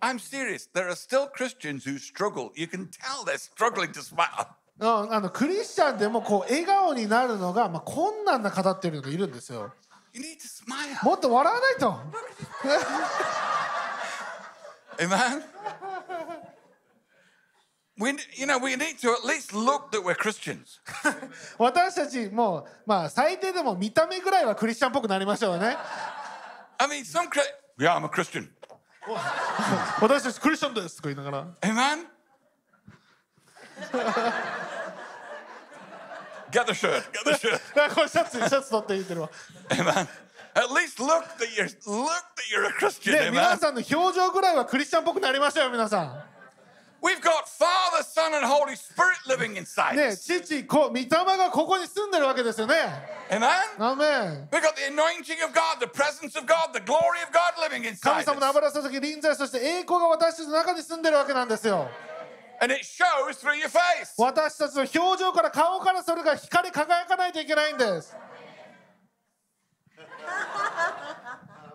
B: I'm serious. There are still Christians who struggle. You can tell they're struggling to smile.
C: うんあのクリスチャンでもこう笑顔になるのが、まあ、困難な方っていうのがいるんですよ
B: You need to smile.
C: もっと笑わないと
B: Amen. We, you know, we need to at least look that we're Christians.
C: 私たちもうまあ最低でも見た目ぐらいはクリスチャンっぽくなりましょうね
B: I mean, some Chri- yeah, I'm a Christian.
C: 私たちクリスチャンですとか言いながら
B: Amen. Get the shirt. Get the shirt.
C: あこれシャツシャツ取って言ってるわ
B: Amen. At least look that you're look that you're a Christian.
C: で
B: Amen.
C: 皆さんの表情ぐらいはクリスチャンっぽくなりましょうよ皆さ
B: We've got Father, Son, and Holy Spirit living
C: ん
B: inside
C: ね
B: us.
C: 父子御霊がここに住んでるわけですよね
B: Amen.
C: アメン
B: We've got the anointing of God, the presence of God, the glory of God living
C: 神
B: inside
C: 様の
B: us.
C: 油注ぎ臨在そして栄光が私たちの中に住んでるわけなんですよ
B: And it shows through your face.
C: 私たちの表情から顔からそれが光り輝かないといけないんです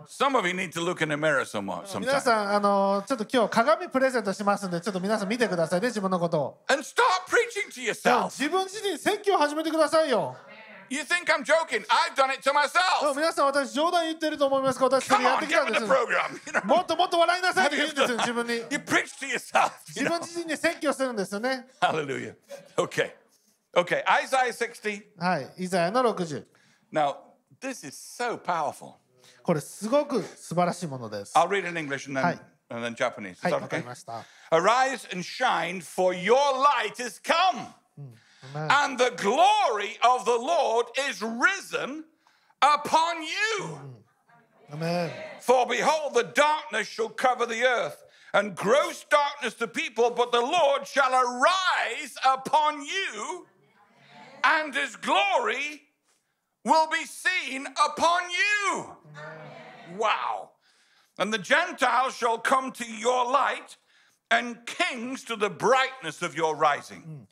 B: Some of you need to look in the mirror somewhat
C: 皆
B: sometimes.
C: さんあのちょっと今日鏡プレゼントしますんでちょっと皆さん見てくださいね自分のことを
B: And start preaching to
C: じゃ
B: yourself.
C: あ自分自身説教を始めてくださいよ
B: You think I'm joking? I've done it to
C: でも
B: myself.
C: 皆さん私冗談言ってると思いますが私そ
B: Come
C: れやって
B: on,
C: きた
B: get
C: ん
B: with
C: です
B: the program. You,
C: も
B: know,
C: っともっと笑いなさいって言うんですよ自分に
B: you preach to yourself. you
C: 自
B: know.
C: 分自身に説教するんですよね
B: Hallelujah. Okay. Okay. Isaiah 60.
C: はいイザヤの60
B: Now, this is so powerful.
C: これすごく素晴らしいものですは
B: I'll read it in English and
C: Hi.
B: then, and then Japanese. Is
C: い
B: that
C: わか
B: okay?
C: りました
B: Arise and shine, for your light is come,
C: まあ
B: and the glory of the Lord is risen upon you.
C: アメン
B: For behold, the darkness shall cover the earth, and gross darkness the people, but the Lord shall arise upon you, and his glory will be seen upon you. Wow. And the Gentiles shall come to your light, and kings to the brightness of your rising.
C: 60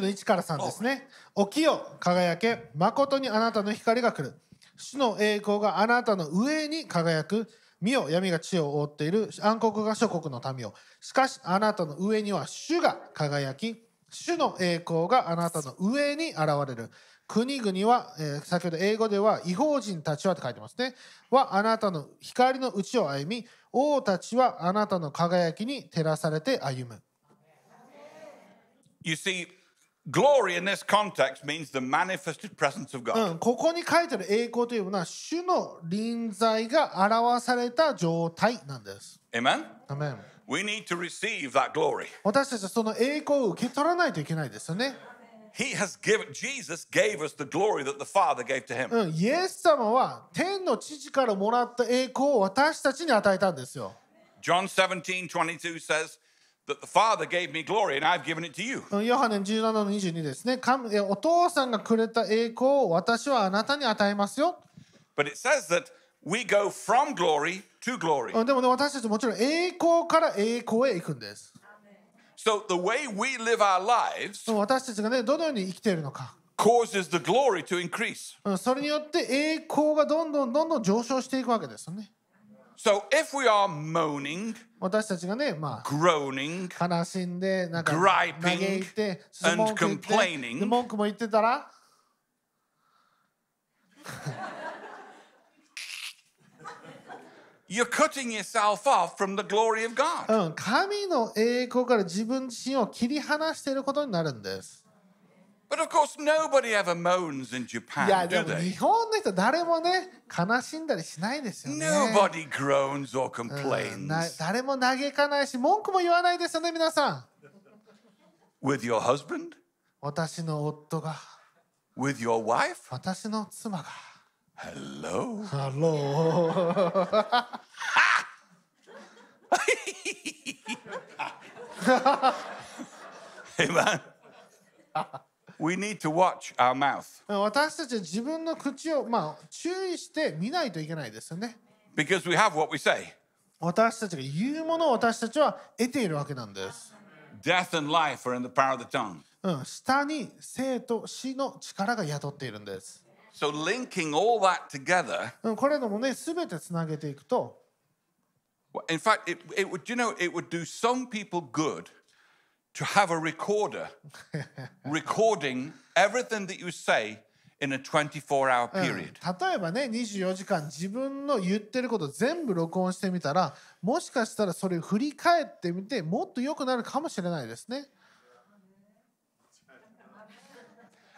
C: の1から3ですね。起きよ、輝け、誠にあなたの光が来る。主の栄光があなたの上に輝く。見よ、闇が地を覆っている暗黒が諸国の民を。しかし、あなたの上には主が輝き、主の栄光があなたの上に現れる。国々は、えー先ほど英語では、違法人たちはって書いてますね。は、あなたの光の内を歩み、王たちはあなたの輝きに照らされて歩む。
B: You see, glory in this context means the manifested presence of God.
C: うん、ここに書いてる栄光というのは主の臨在が表された状態なんです。
B: Amen?
C: アメン
B: We need to receive that glory.
C: 私たちはその栄光を受け取らないといけないですよね。
B: He has given, Jesus gave us the glory that the Father gave to him.
C: うん、イエス様は天の父からもらった栄光を私たちに与えたんですよ。
B: John 17, 22 says that the Father gave me glory and I've given it to you.
C: うんヨハネ17の22ですね神。えお父さんがくれた栄光を私はあなたに与えますよ。
B: But it says that we go from glory to glory.
C: うん、でもね、私たちもちろん栄光から栄光へ行くんです。
B: So the way we live our lives
C: うん私たちがね、どのように生きているのか。
B: causes the glory to increase.
C: うんそれによって栄光がどんどんどんどん上昇していくわけですよね。
B: So if we are moaning,
C: 私たちがね、ま
B: groaning,
C: あ、悲しんで、なんか、
B: Griping
C: 嘆いて、
B: and
C: 文句言って
B: complaining
C: で文句も言ってたら、
B: you're cutting yourself off from the glory of God.
C: うん、神の栄光から自分自身を切り離していることになるんです。
B: But of course, nobody ever moans in
C: いや、
B: Japan,
C: で
B: do
C: も
B: they?
C: 日本の人、誰もね、悲しんだりしないですよね。
B: Nobody groans or
C: うんな
B: complains
C: 誰も嘆かないし、文句も言わないですよね、皆さん。
B: with your husband,
C: 私の夫が、
B: with your wife.
C: 私の妻が。
B: Hello.
C: ハロー。
B: Amen. we need to watch our mouth
C: 私たちは自分の口を、まあ、注意して見ないといけないですよね。
B: because we have what we say.
C: 私たちが言うものを私たちは得ているわけなんです。
B: Death and life are in the power of the tongue.
C: うん、下に生と死の力が宿っているんです。
B: So, linking all that together,
C: うん、これらもね、すべてつなげていくと、
B: in fact, it, it would, you know, it would do some people good to have a recorder recording everything that you say in a 24 hour
C: うん
B: period.
C: 例えばね、24時間自分の言ってること全部録音してみたら、もしかしたらそれを振り返ってみて、もっと良くなるかもしれないですね。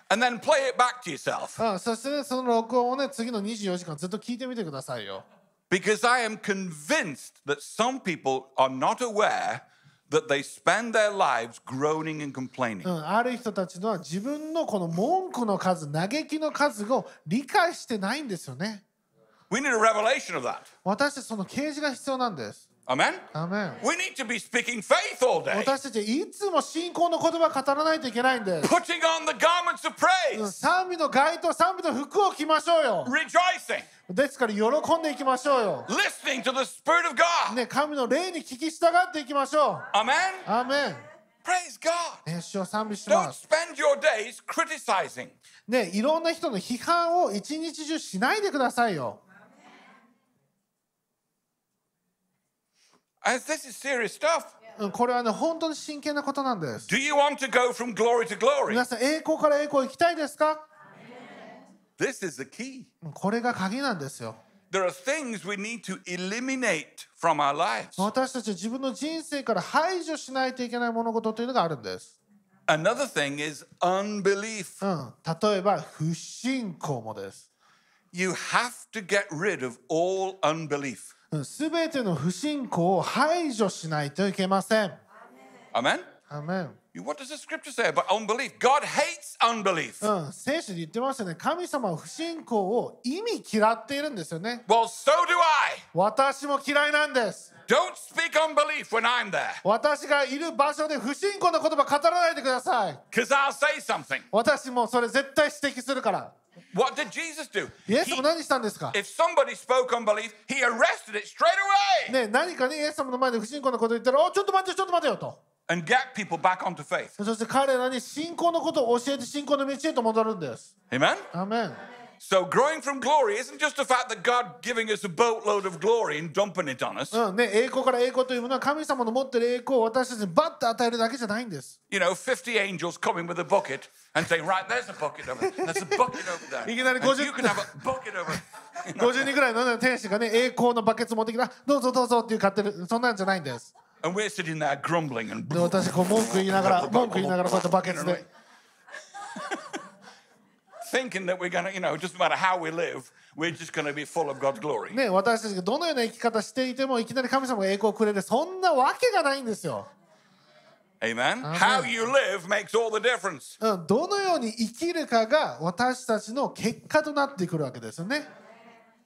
B: And then play it back to yourself
C: うん、そしてね、その録音をね、次の24時間ずっと聞いてみてくださいよ。
B: because I am convinced that some people are not aware that they spend their lives groaning and complaining.
C: うん、ある人たちのは自分のこの文句の数嘆きの数を理解してないんですよね
B: We need a revelation of that.
C: 私たちその啓示が必要なんです
B: Amen?
C: アーメン
B: We need to be speaking faith all day,
C: 私たちいつも信仰の言葉語らないといけないんです
B: putting on the garments of praise,
C: 賛美の街頭賛美の服を着ましょうよ
B: rejoicing,
C: ですから喜んでいきましょうよ、
B: listening to the Spirit of God.
C: ね、神の霊に聞き従っていきましょう
B: Amen?
C: アーメン
B: Praise God.
C: ね、主を賛美しま
B: Don't
C: す、
B: spend your days criticizing.
C: ね、いろんな人の批判を一日中しないでくださいよ
B: As this is serious stuff.
C: うんこれはね本当に真剣なことなんです
B: Do you want to go from glory to glory?
C: 皆さん栄光から栄光行きたいですか
B: This is the key.
C: これが鍵なんですよ
B: There are things we need to eliminate from our lives.
C: 私たち自分の人生から排除しないといけない物事というのがあるんです、
B: Another thing is unbelief.
C: うん、例えば不信仰もです、
B: You have to get rid of all unbelief.
C: うん、全ての不信仰を排除しないといけません
B: Amen?
C: アーメン
B: You- What does the scripture say about unbelief? God hates unbelief.
C: うん、聖書で言ってましたね神様は不信仰を意味嫌っているんですよね
B: Well, so do I.
C: 私も嫌いなんです
B: Don't speak unbelief when I'm there,
C: 私がいる場所で不信仰の言葉語らないでください
B: because I'll say something.
C: 私もそれ絶対指摘するから
B: What did Jesus do?
C: イエス
B: He-
C: も何したんですか
B: if somebody spoke unbelief, he arrested it straight away
C: ね、何かね、イエス様の前で不信仰のことを言ったら、おちょっと待ってよ、ちょっと待ってよと。
B: and get people back onto faith.
C: そして彼らに信仰のことを教えて信仰の道へと戻るんです。
B: Amen?
C: アーメン。
B: So growing from glory isn't just the fact that God giving us a boatload of glory and dumping it on us.
C: うんね、栄光から栄光というものは神様の持っている栄光を私たちにバッと与えるだけじゃないんです。
B: You know, 50 angels coming with a bucket and saying, right, there's a bucket over there. There's a bucket over there.
C: You can have a
B: and
C: gozo-
B: you can have a bucket over there.
C: 50人ぐらいのね天使がね、栄光のバケツ持ってきた、どうぞどうぞっていう買ってる、そんなんじゃないんです。
B: And we're sitting there grumbling and
C: で、私こう文句言いながら、文句言いながらこうやってバケツで。
B: thinking that we're going to, you know, it doesn't matter how we live, we're just going to be full of God's glory.
C: ね、私たちがどのような生き方していてもいきなり神様が栄光をくれるそんなわけがないんですよ、
B: Amen? How you live makes all the difference.
C: うん、どのように生きるかが私たちの結果となってくるわけですよね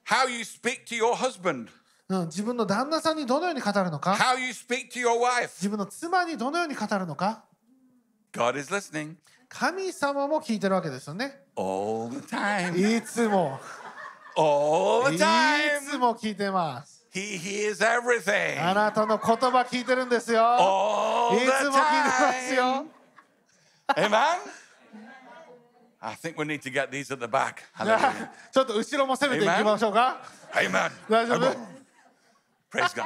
B: How you speak to your husband,
C: うん、自分の旦那さんにどのように語るのか
B: how you speak to your wife.
C: 自分の妻にどのように語るのか
B: God is listening
C: 神様も聞いてるわけですよね
B: all the time.
C: いつも
B: all
C: い
B: the
C: つ
B: time.
C: も聞いてます
B: He hears everything.
C: あなたの言葉聞いてるんですよ
B: all
C: い
B: the
C: つも聞いてますよ
B: time. Amen. I think we need to get these at the back.
C: じゃあ
B: Hallelujah.
C: ちょっと後ろも攻めていきましょうか
B: Amen.
C: 大丈
B: Praise God.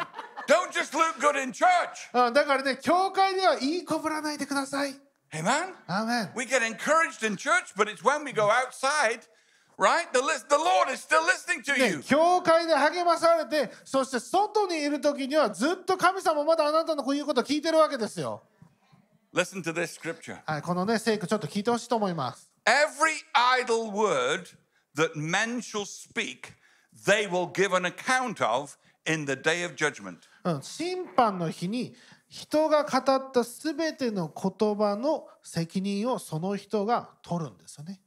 B: Don't just look good in church.
C: 夫、うん、だからね教会ではいい子ぶらないでください
B: Amen.
C: アーメン
B: We get encouraged in church, but it's when we go outside, right? The, lis- the Lord is still listening to
C: ね
B: you.
C: 教会で励まされてそして外にいる時にはずっと神様まだあなたの言うことを聞いてるわけですよ、
B: Listen to this scripture.
C: はい、このね聖句ちょっと聞いてほしいと思います
B: Every idle word that men shall speak, they will give an account of in the day of judgment.
C: うん、審判の日に人が語ったすべての言葉の責任をその人が取るんですよね。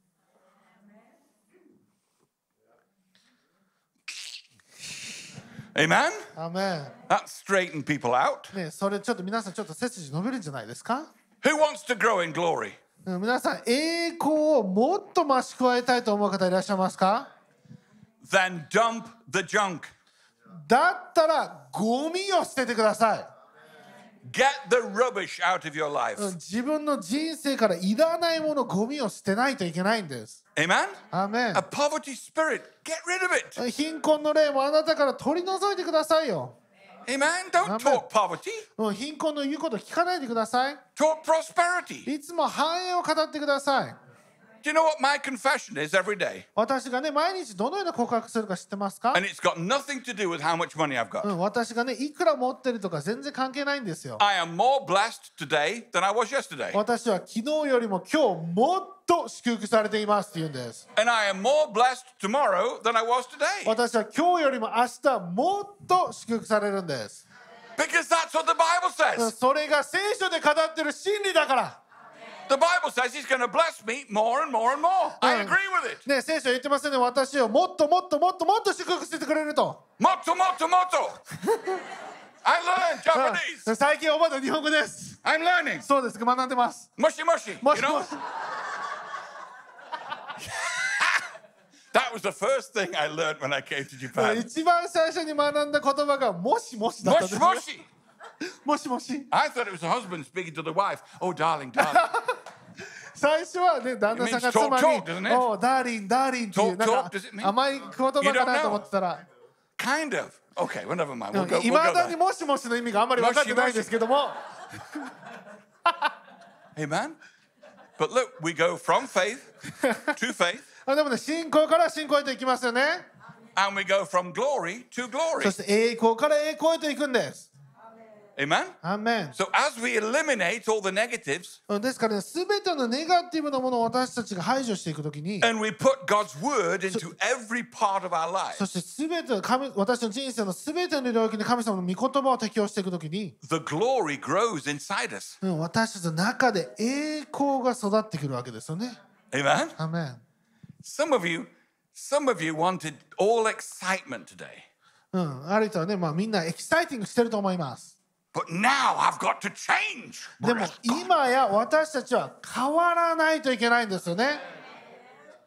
B: Amen.
C: アーメ
B: That straightened people out.
C: ンねそれちょっと皆さんちょっと背筋伸びるんじゃないですか、
B: Who wants to grow in glory?
C: うん、皆さん栄光をもっと増し加えたいと思う方いらっしゃいますか
B: Then dump the junk.
C: だったらゴミを捨ててくださ
B: Get the rubbish out of your life.
C: い、うん、自分の人生からいらないものゴミを捨てないといけないんです
B: Amen.
C: アーメ
B: A poverty spirit. Get rid of it.
C: ン貧困の霊もあなたから取り除いてくださいよ、
B: Amen. Don't
C: Amen.
B: talk poverty.
C: うん、貧困の言うこと聞かないでください
B: Talk prosperity. Do
C: いつも繁栄を語ってください。
B: you know what my confession is every day?
C: 私がね、毎日どのような告白するか知ってますか
B: And it's got nothing to do with how much money I've got.
C: うん、私がね、いくら持ってるとか全然関係ないんですよ。
B: I am more blessed today than I was yesterday.
C: 私は昨日よりも今日もっと祝福されていますって言うんです。
B: And I am more blessed tomorrow than I was today.
C: 私は今日よりも明日もっと祝福されるんです。
B: Because that's what the Bible says.
C: それが聖書で語ってる真理だから。
B: The Bible says he's going to bless me more and more and more. I agree
C: Yeah.
B: with it.
C: ね、聖書言ってますよね。私をもっともっともっともっと祝福しててくれると。
B: Motto, motto, motto. I learned
C: うん
B: Japanese.
C: 最近おばた日本語です。
B: I'm learning.
C: そうです。学んでます。
B: Mushy, mushy.
C: も
B: You
C: し
B: know,
C: もし。
B: that was the first thing I learned when I came to Japan.
C: 一番最初に学んだ言葉がもしもしだったんで
B: Mush,
C: すね。
B: mushy.
C: もしもし。
B: I thought it was the husband speaking to the wife. Oh, darling, darling.
C: 最初はね、旦那さんが
B: It means
C: 妻
B: talk, talk, doesn't
C: に、
B: it?
C: おう、ダーリン、ダーリンっていう、
B: Talk,
C: なんか
B: talk, does it mean?
C: 甘い言葉かなと思ってたら、
B: kind of. Okay, well, never mind. We'll go,
C: い
B: we'll
C: ま
B: go
C: だに
B: there.
C: もしもしの意味があんまり分かってないんですけども、
B: Amen. But look, we go from faith to faith,
C: あでもね、信仰から信仰へと行きますよね。
B: and we go from glory to glory.
C: そして栄光から栄光へと行くんです。
B: Amen.
C: アーメン。
B: So as we eliminate all the negatives
C: うんですからね、すべてのネガティブなものを私たちが排除していくときに、
B: and we put God's word into every part of our
C: そ
B: life,
C: してすべての神、私の人生のすべての領域に神様の御言葉を適用していくときに、
B: the glory grows inside us.
C: うん私たちの中で栄光が育ってくるわけですよね。
B: Amen.
C: アーメン。
B: Some of you, some of you wanted all excitement today.
C: うん、ある人はね、まあ、みんなエキサイティングしてると思います。
B: But now I've got to change.
C: でも今や私たちは変わらないといけないんですよね。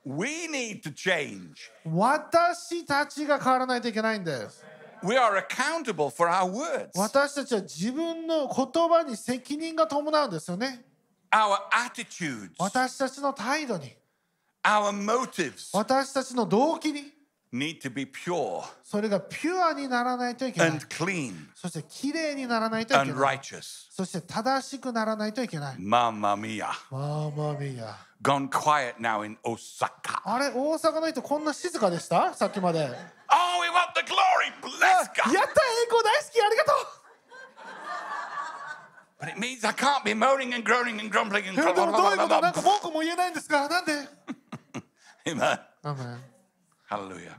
B: We need to change.
C: 私たちが変わらないといけないんです。
B: We are accountable for our words,
C: 私たちは自分の言葉に責任が伴うんですよね。
B: our attitudes,
C: 私たちの態度に、
B: our motives
C: 私たちの動機に、
B: need to be pure
C: それがピュアにならないといけない。
B: and clean
C: そして綺麗にならないといけ
B: and
C: ない。
B: righteous.
C: そして正しくならないといけない。
B: Mamma mia.
C: まあまあみや。
B: Gone quiet now in Osaka.
C: あれ、大阪の人こんな静かでしたさっきまで。やった栄
B: Oh, we want the glory. Bless God.
C: 光大好きありがとう
B: But it means I can't be moaning and groaning and grumbling and
C: えでもどうい うことなんか
B: grumbling.
C: 文句も言えないんですかなんで
B: Amen.
C: アーメン
B: Hallelujah.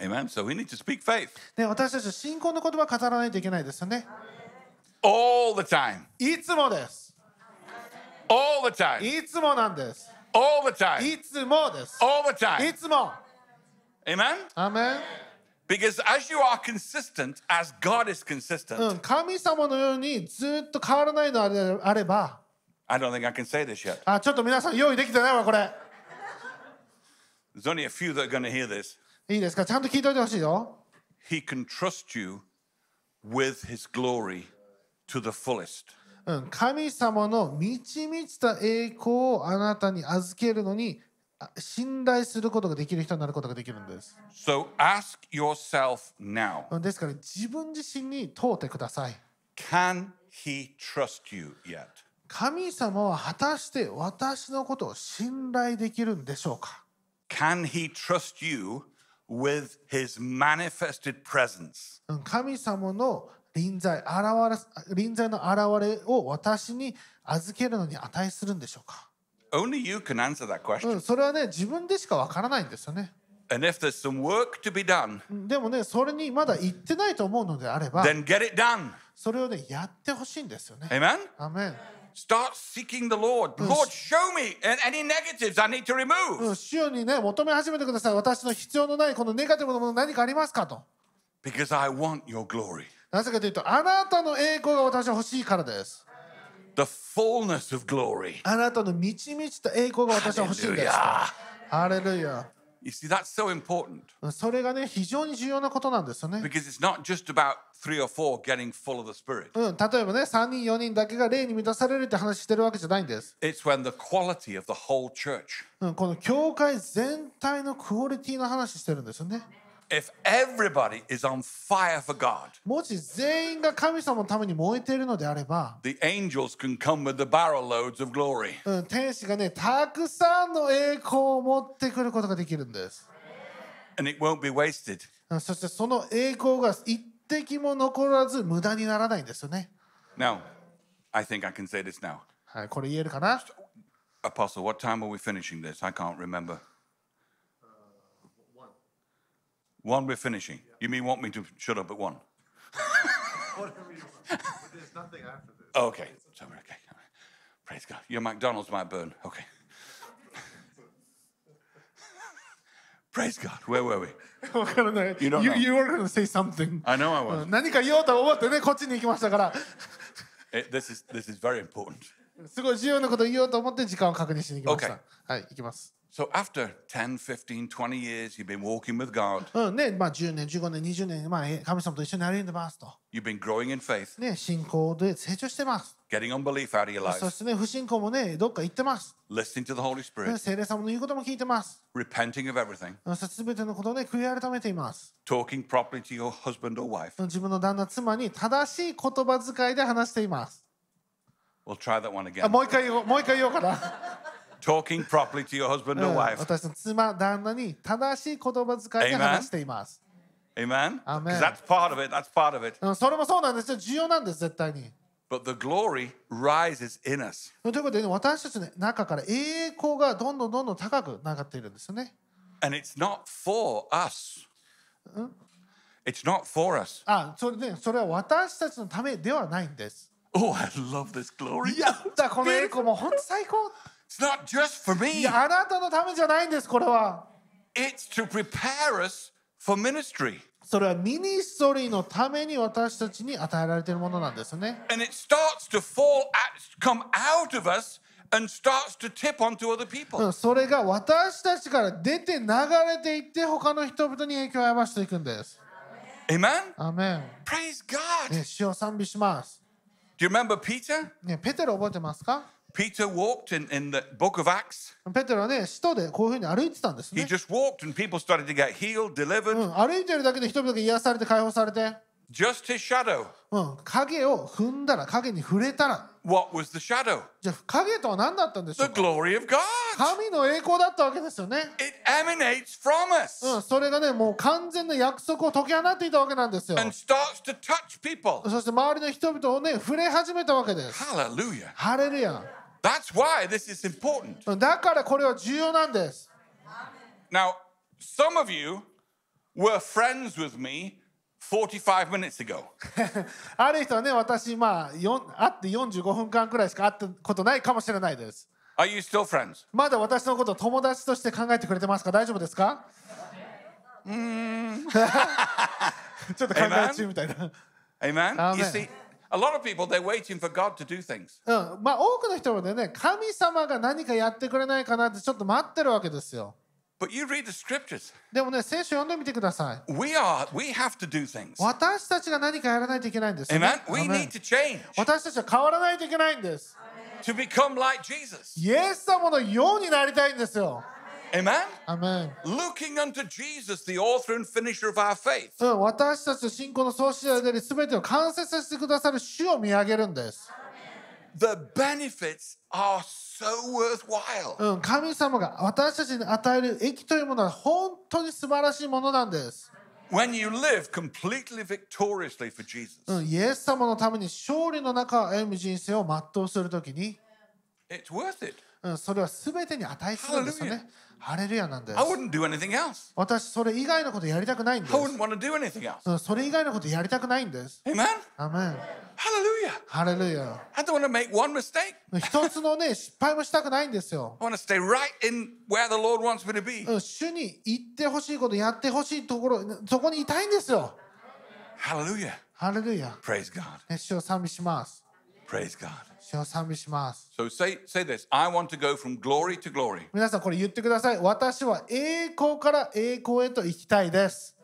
B: Amen. So we need to speak faith
C: ね私たちは信仰の言葉を語らないといけないですよね
B: all the time.
C: いつもです
B: All the time.
C: いつもなんです
B: All the time.
C: いつもです、
B: All the
C: い
B: time.
C: つも
B: Amen.
C: アーメン
B: Because as you are consistent, as God is
C: う
B: consistent,
C: ん、神様のようにずっと変わらないのであれば
B: I don't think I can say this yet.
C: あちょっと皆さん用意できてないわこれ
B: There's only a few that are going to hear this.
C: いいですかちゃんと聞いておいてほしいよ
B: He can trust you with his glory to the fullest.
C: うん、神様の満ち満ちた栄光をあなたに預けるのにあ信頼することができる人になることができるんです。
B: So ask yourself now
C: うんですから自分自身に問うてください。
B: can he trust you yet?
C: 神様は果たして私のことを信頼できるんでしょうか
B: Can he trust you with his manifested presence?
C: うん神様の臨在現れ臨在の現れを私に預けるのに値するんでしょうか、
B: Only you can answer that
C: う
B: question.
C: ん、それはね自分でしかわからないんですよね
B: And if there's some work to be done,
C: うんでもねそれにまだ行ってないと思うのであれば
B: then get it done.
C: それをねやってほしいんですよね
B: Amen?
C: アメン、
B: Start seeking the Lord. Lord, show me an- any negatives I need to
C: う
B: remove
C: ん、主よにね求め始めてください私の必要のないこのネガティブなもの何かありますかと
B: because I want your glory.
C: なぜかというとあなたの栄光が私は欲しいからです
B: The fullness of glory.
C: あなたの満ち満ちた栄光が私は欲しいんですと
B: Hallelujah.
C: ハレルヤ
B: You see, that's so important
C: それがね非常に重要なことなんですよね、
B: because it's not just about three or four getting full of the Spirit.
C: うん、例えばね3人4人だけが霊に満たされるって話してるわけじゃないんです、
B: It's when the quality of the whole church.
C: うん、この教会全体のクオリティの話してるんですよね
B: If everybody is on fire for God,
C: もし全員が神様のために燃えているのであれば
B: the angels can come with the barrel loads of glory.
C: うん、天使がねたくさんの栄光を持ってくることができるんです、
B: and it won't be wasted.
C: うんそしてその栄光が一滴も残らず無駄にならないんですよね、
B: Now, I think I can say this now.
C: はい、これ言えるかな
B: Apostle, what time are we finishing this? I can't remember.
A: Uh,
B: One, we're finishing. You mean want me to shut up at one?
A: There's nothing after this.
B: Oh, Okay. Sorry, okay. Praise God. Your McDonald's might burn. Okay. Praise God. Where were we?
C: わからない。
B: You don't know.
C: you, you were gonna say something.
B: I know I
C: う
B: was.
C: ん何か言おうと思ってね、こっちに行きましたから、
B: It- Eh, this is this is very important.
C: すごい重要なことを言おうと思って時間を確認しに行きました。
B: Okay.
C: はい、行きます。
B: So after 10, 15, 20 years, you've been walking with God.
C: うんね、まあ10年、15年、20年、まあえ神様と一緒に歩んでますと。
B: You've been growing in faith,
C: ね、信仰で成長してます。
B: getting unbelief out of your
C: そ
B: life,
C: してね、不信仰もね、どっか行ってます。
B: listening to the Holy
C: ね、
B: Spirit,
C: 聖霊様の言うことも聞いてます。
B: repenting of everything,
C: うんそして全てのことをね、悔い改めています。
B: talking properly to your husband or wife.
C: うん自分の旦那、妻に正しい言葉遣いで話しています。
B: We'll try that one
C: あ
B: again.
C: もう一回言おう、もう一回言おうかな。
B: Talking properly to your husband
C: う
B: or
C: ん
B: wife.
C: 私の妻、旦那に正しい言葉遣いで
B: Amen
C: 話しています。
B: Amen?
C: Amen.
B: Because that's part of it. That's part of it.
C: うんそれもそうなんですよ。重要なんです、絶対に。
B: But the glory rises in us.
C: ということで、ね、私たちの中から栄光がどんどんどんどん高くなっているんですよね。
B: And it's not for us. It's not for us.
C: あ、それね、それは私たちのためではないんです。
B: Oh, I love this glory.
C: やった、この栄光もう本当最高。
B: It's not just for
C: い
B: me,
C: や、あなたのためじゃないんです、これは。
B: it's to prepare us for ministry.
C: それはミニストリーのために私たちに与えられているものなんですよね。
B: And it starts to fall out, come out of us and starts to tip onto other
C: う
B: people.
C: ん、それが私たちから出て流れていって他の人々に影響を及ばしていくんです。
B: Amen?
C: アメン。
B: Praise God. Do
C: ね、主を賛美します。
B: you remember Peter?
C: ね、ペテロ覚えてますか
B: Peter walked in, in the book of Acts.
C: ペテロはね、使徒でこういうふうに歩いてたんです
B: He
C: ね。
B: just walked and people started to get healed, delivered.
C: うん、歩いてるだけで人々が癒されて解放されて、
B: Just his shadow.
C: うん、影を踏んだら影に触れたら
B: What was the shadow?
C: じゃあ影とは何だったんでしょ
B: The
C: うか
B: glory of God.
C: 神の栄光だったわけですよね、
B: It emanates from us
C: うん、それがねもう完全な約束を解き放っていたわけなんですよ
B: and starts to touch people.
C: そして周りの人々をね触れ始めたわけです
B: Hallelujah.
C: ハレルヤ
B: That's why this is important.
C: うんだからこれは重要なんです
B: Now, some of you were friends with me 45 minutes ago.
C: ある人はね私まあよん会って45分間くらいしか会ったことないかもしれないです
B: Are you still friends?
C: まだ私のことを友達として考えてくれてますか大丈夫ですかうーん ちょっと考え中みたいな、
B: Amen? You
C: Amen.
B: see, a lot of people, they're waiting for God to do things.
C: うん、まあ多くの人はね神様が何かやってくれないかなってちょっと待ってるわけですよ
B: But you read the scriptures.
C: でもね聖書読んでみてください
B: We are, we have to do things.
C: 私たちが何かやらないといけないんですよ、ね
B: Amen? We
C: アメン
B: need to change
C: 私たちは変わらないといけないんです
B: to become like Jesus.
C: イエス様のようになりたいんですよ
B: Amen?
C: アメン
B: Looking unto Jesus, the author and finisher of our faith.
C: うん、私たちの信仰の創始者であり全てを完成させてくださる主を見上げるんです、
B: The benefits are so worthwhile.
C: うん、神様が私たちに与える益というものは本当に素晴らしいものなんです、
B: When you live completely victoriously for Jesus,
C: うん、イエス様のために勝利の中を歩む人生を全うするときに
B: it's worth it.
C: うん、それは全てに値するんですよね。ハレルヤなんです
B: I。wouldn't do anything else.
C: 私、それ以外のことやりたくないんです
B: I。wouldn't want to do anything else.
C: うん、それ以外のことやりたくないんです。
B: Amen?
C: アメン。
B: Hallelujah.
C: ハレルヤ。
B: I don't want to make one mistake.
C: 一つのね、失敗もしたくないんですよ。
B: I want to stay right in where the Lord wants me to be.
C: うん、主に言ってほしいこと、やってほしいところ、そこにいたいんですよ。
B: Hallelujah.
C: ハレルヤ。
B: Praise God.
C: ね、主を賛美します。
B: Praise God.
C: 主を賛美します。
B: So say, say this I want to go from glory to glory.
C: 皆さんこれ言ってください。私は栄光から栄光へと行きたいです。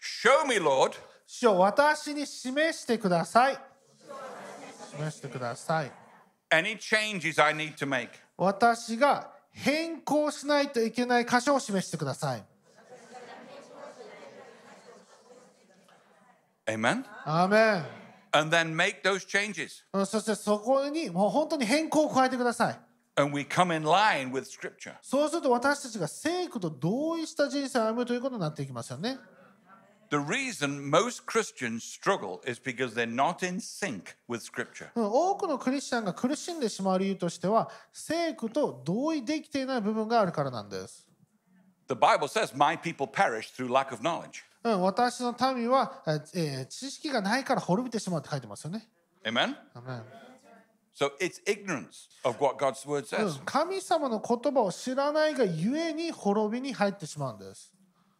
B: Show me, Lord,
C: 主を私に示してください。示してください。
B: any changes I need to make.
C: 私が変更しないといけない箇所を示してください。
B: Amen.
C: アーメ
B: And then make those changes.
C: ン。そしてそこにもう本当に変更を加えてください。
B: And we come in line with Scripture.
C: そうすると私たちが聖句と同意した人生を歩むということになっていきますよね。
B: The reason most Christians struggle is because they're not in sync with Scripture.
C: うん多くのクリスチャンが苦しんでしまう理由としては聖句と同意できていない部分があるからなんです。
B: The Bible says, My people perish through lack of knowledge.
C: うん、私の民は、えーえー知識がないから滅びてしまうって書いてますよね。
B: Amen?
C: アメン
B: So it's ignorance of what God's word
C: う
B: says.
C: ん神様の言葉を知らないがゆえに滅びに入ってしまうんです。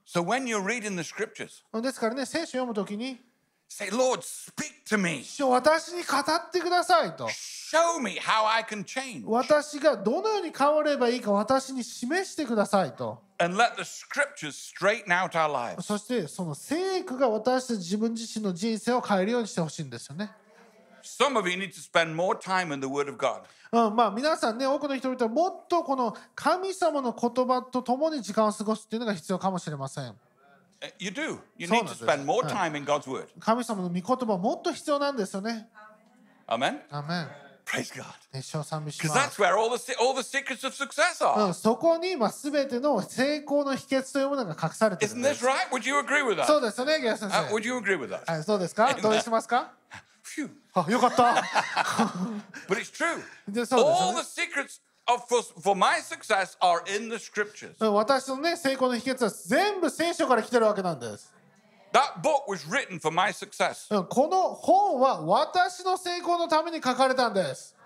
B: So when you're reading the scriptures,
C: ですからね、聖書を読むときに、
B: say, Lord, speak to me.
C: 主よ私に語ってくださいと。
B: Show me how I can change.
C: 私がどのように変わればいいか私に示してくださいと。
B: And let the scriptures straighten out our lives.
C: そしてその聖句が私たち自分自身の人生を変えるようにしてほしいんですよね。
B: Some of you need to spend more time in the word of God.
C: うん、まあ皆さんね、多くの人々はもっとこの神様の言葉と共に時間を過ごすっていうのが必要かもしれません。
B: Uh, You do. You
C: So
B: need to
C: does it.
B: spend more
C: Yeah.
B: time in God's word.
C: 神様の御言葉はもっと必要なんですよね。
B: Amen?
C: アメン。
B: Praise God.
C: 熱唱賛美し
B: Because
C: ます
B: that's。where all the, se- all the secrets of success
C: う
B: are.
C: ん、そこにまあ全ての成功の秘訣というものが隠されている
B: Isn't
C: んで
B: this
C: す。
B: right? Would you agree with that?
C: そうですよね、ゲア先
B: Uh,
C: 生
B: would。you agree with that?
C: はい、そうですか同意しますか
B: Phew.
C: あ、よかった。
B: But it's true.
C: That's all
B: All the
C: that's
B: secrets of for, for my success are in the scriptures.
C: うん私のね、成功の秘訣は全部聖書から来てるわけなんです。
B: That book was written for my success.
C: うん、この本は私の成功のために書かれたんです。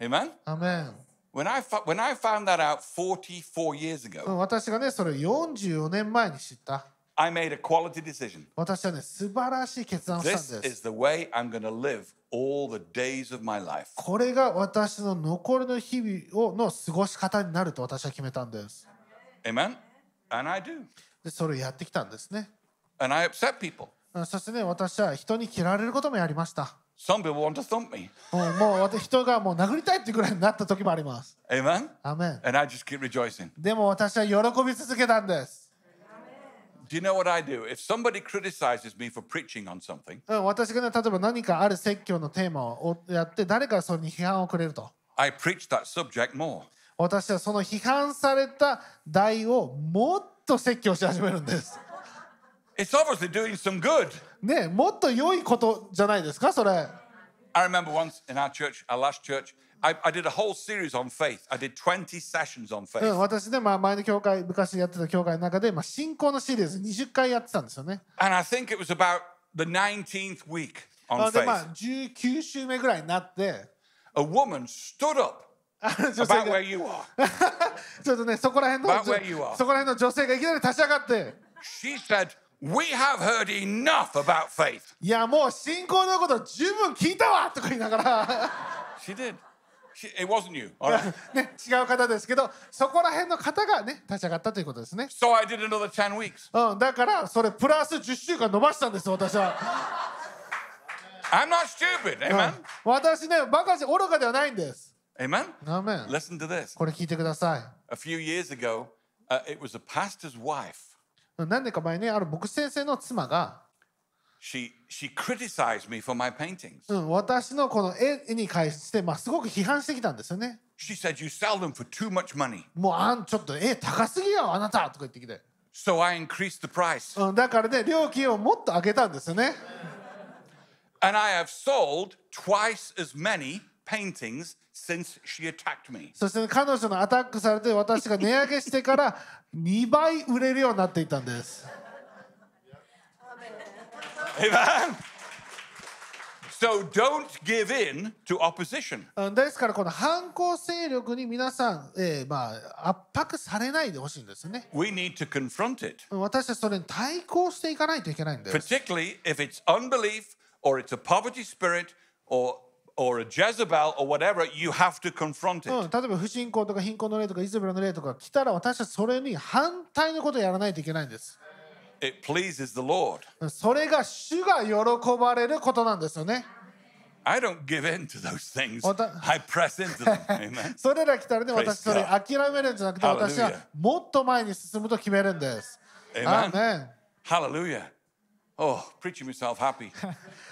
B: Amen.
C: アメン。
B: When I fo- when I found that out 44 years
C: う
B: ago,
C: ん、私がね、それを44年前に知った。
B: I made a quality decision.
C: 私はね、素晴らしい決断をした
B: This
C: んです。
B: is the way I'm going to live all the days of my life.
C: これが私の残りの日々をの過ごし方になると私は決めたんです。
B: Amen. And I do.
C: で、それをやってきたんですね。
B: And I upset people.
C: うんそしてね、私は人に嫌われることもやりました。
B: Some people want to thump me.
C: もうもう私人がもう殴りたいってぐらいになった時もあります。
B: Amen.
C: アメン。
B: And I just keep rejoicing.
C: でも私は喜び続けたんです。
B: Do you know what I do? If somebody criticizes me for preaching on something,
C: うん、私がね、例えば何かある説教のテーマをやって、誰かがそれに批判をくれると。
B: I preach that subject more.
C: 私はその批判された題をもっと説教し始めるんです。
B: It's obviously doing some good.
C: ねえもっと良いことじゃないですか、それ。
B: I remember once in our church, our last church, I, I did a whole series on faith. I did 20 sessions on faith.
C: うん、私ね、まあ、前の教会、昔やってた教会の中で、まあ、信仰のシリーズ20回やってたんですよね。
B: And I think it was about the 19th week
C: な
B: on
C: ので、
B: faith.
C: まあ、19週目ぐらいになって、
B: A woman stood up
C: あの女性
B: about
C: が
B: where you are.
C: ちょっとねそこら辺の
B: About where you are.
C: そこら辺の女性がいきなり立ち上がって「
B: She said, We have heard enough about faith.
C: いやもう信仰のこと十分聞いたわ!」とか言いながら、
B: She did. She, it wasn't you. All right.
C: ね、違う方ですけどそこら辺の方がね立ち上がったということですね、
B: So I did another 10 weeks.
C: うん、だからそれプラス10週間伸ばしたんです私は、
B: I'm not stupid.
C: うん
B: Amen.
C: 私ねバカじゃ愚かではないんです
B: Amen.
C: アーメン
B: Listen to this.
C: これ聞いてください
B: A few years ago, uh, it was a pastor's wife.
C: うん何年か前ねある牧師先生の妻が、
B: She, she criticized me for my paintings.
C: うん、私のこの絵に関して、まあ、すごく批判してきたんですよね
B: She said, You sell them for too much money.
C: もうあんちょっと絵高すぎよあなたとか言ってきて
B: So I increased the price.
C: うん、だからね料金をもっと上げたんですよね
B: And I have sold twice as many paintings since she attacked me.
C: そしてね、彼女のアタックされて私が値上げしてから2倍売れるようになっていたんです
B: Amen. So don't give in to opposition.
C: うんですからこの反抗勢力に皆さん、えーまあ、圧迫されないでほしいんですよね
B: We need to confront it,
C: うん私たちそれに対抗していかないといけないんです、
B: particularly if it's unbelief or it's a poverty spirit or or a Jezebel or whatever, you have to confront
C: うん、
B: it.
C: 例えば不信仰とか貧困の例とかイズベルの例とか来たら私たちそれに反対のことをやらないといけないんです、
B: It pleases the Lord.
C: うんそれが主が喜ばれることなんですよね
B: I don't give in to those things.
C: Oh, that-
B: I press into them. Amen.
C: それら来たらね、
B: Praise
C: 私それ諦めるんじゃなくて、
B: Hallelujah.
C: 私はもっと前に進むと決めるんです。
B: Amen.
C: アーメン。
B: Hallelujah. Oh, preaching myself happy.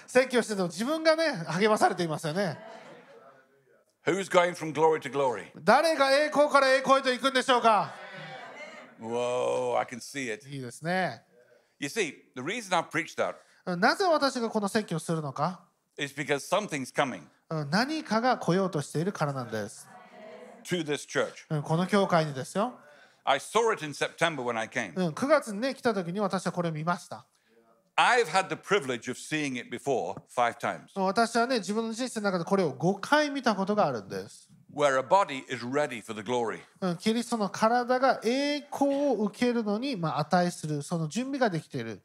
C: 説教してても自分がね、励まされていますよね。
B: Who's going from glory to glory?
C: 誰が栄光から栄光へと行くんでしょうか
B: Whoa, I can see it.
C: いいですね。
B: You see, the reason I preached that
C: なぜ私がこの説教をするのか
B: is because something's coming
C: うん何かが来ようとしているからなんです。
B: to this church.
C: うんこの教会にですよ。
B: I saw it in September when I came.
C: うん、9月にね来た時に私はこれ見ました
B: I've had the privilege of seeing it before five times,
C: 私はね自分の人生の中でこれを5回見たことがあるんです、
B: where a body is ready for the glory.
C: うん、キリストの体が栄光を受けるのに、まあ、値するその準備ができている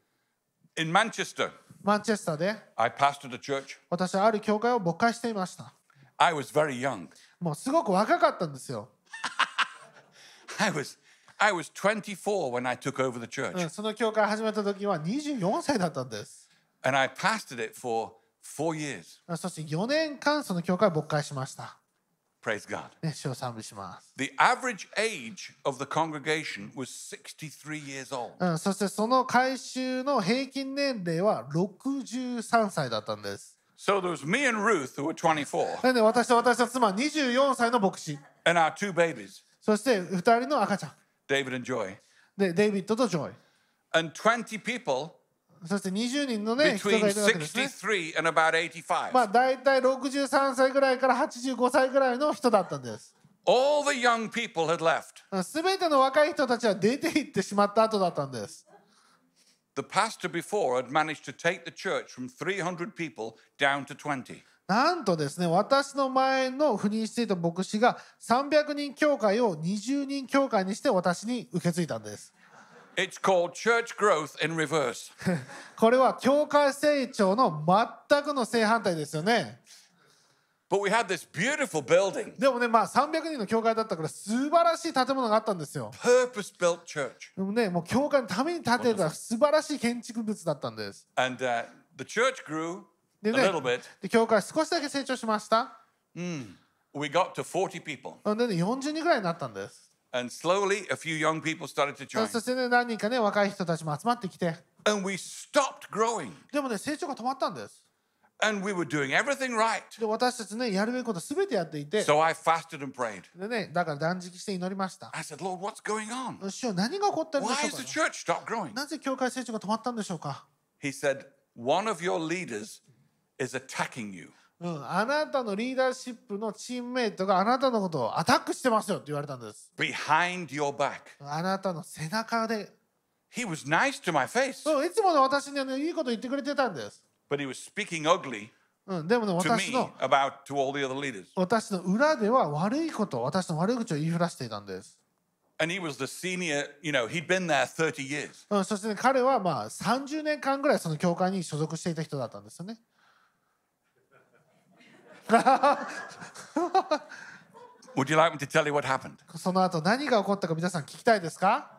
B: In Manchester,
C: マンチェスターで
B: I pastored a church.
C: 私はある教会を牧会していました
B: I was very young.
C: もうすごく若かったんですよ、
B: I was, I was 24 when I took over the
C: うん、
B: church,
C: その教会始めた時は24歳だったんです
B: and I pastored it for four years.
C: あそして4年間その教会を牧会しました。
B: Praise God.
C: ね、主を賛美します。
B: The average age of the congregation was 63 years old.
C: うん、そしてその改修の平均年齢は63歳だったんです。
B: So there was me and Ruth, who were 24,
C: なので私と私の妻24歳の牧師、
B: and our two babies,
C: そして2人の赤ちゃん、
B: David and Joy,
C: でデイビッドとジョイ、
B: and 20 people
C: そして20人のね人
B: between
C: がいるわけですね。
B: 63 and about 85.
C: まあ大体63歳ぐらいから85歳ぐらいの人だったんです。
B: All the young people had left.
C: すべての若い人たちは出て行ってしまった後だったんです。
B: The pastor before had managed to take the church from 300 people down to 20.
C: なんとですね私の前の赴任していた牧師が300人教会を20人教会にして私に受け継いだんです
B: It's called church growth in reverse.
C: これは教会成長の全くの正反対ですよね
B: But we had this beautiful building,
C: でもねまあ300人の教会だったから素晴らしい建物があったんですよ
B: purpose built church.
C: でもねもう教会のために建てた素晴らしい建築物だったんです
B: And uh, the church grew a
C: でね
B: little bit.
C: で教会少しだけ成長しました
B: We got to 40 people.
C: なので、ね、40人ぐらいになったんです
B: And slowly, a few young people started to
C: そ
B: join.
C: してね何人かね若い人たちも集まってきて
B: And we stopped growing.
C: でもね成長が止まったんです
B: And we were doing everything right.
C: で私たちねやるべきことすべてやっていて
B: So I fasted and prayed.
C: でねだから断食して祈りました。
B: I said, Lord, what's going on?
C: 主よ何が起こってるんで
B: Why
C: しょう
B: has
C: か
B: the church stopped growing?
C: なぜ教会成長が止まったんでしょうか、
B: He said, One of your leaders is attacking you.
C: うん、あなたのリーダーシップのチームメイトがあなたのことをアタックしてますよって言われたんです。
B: behind your back.
C: あなたの背中で。
B: He was nice to my face,
C: そういつもの私に、ね、いいこと言ってくれてたんです。
B: but he was speaking ugly
C: うん、でもね
B: to
C: 私
B: me
C: の
B: about to all the other leaders.
C: 私の裏では悪いこと私の悪口を言いふらしていたんです。
B: And he was the senior, you know, he'd been there 30 years.
C: うん、そして、ね、彼はまあ30年間ぐらいその教会に所属していた人だったんですよね。
B: Would you like me to tell you what happened?
C: その後何が起こったか皆さん聞きたいですか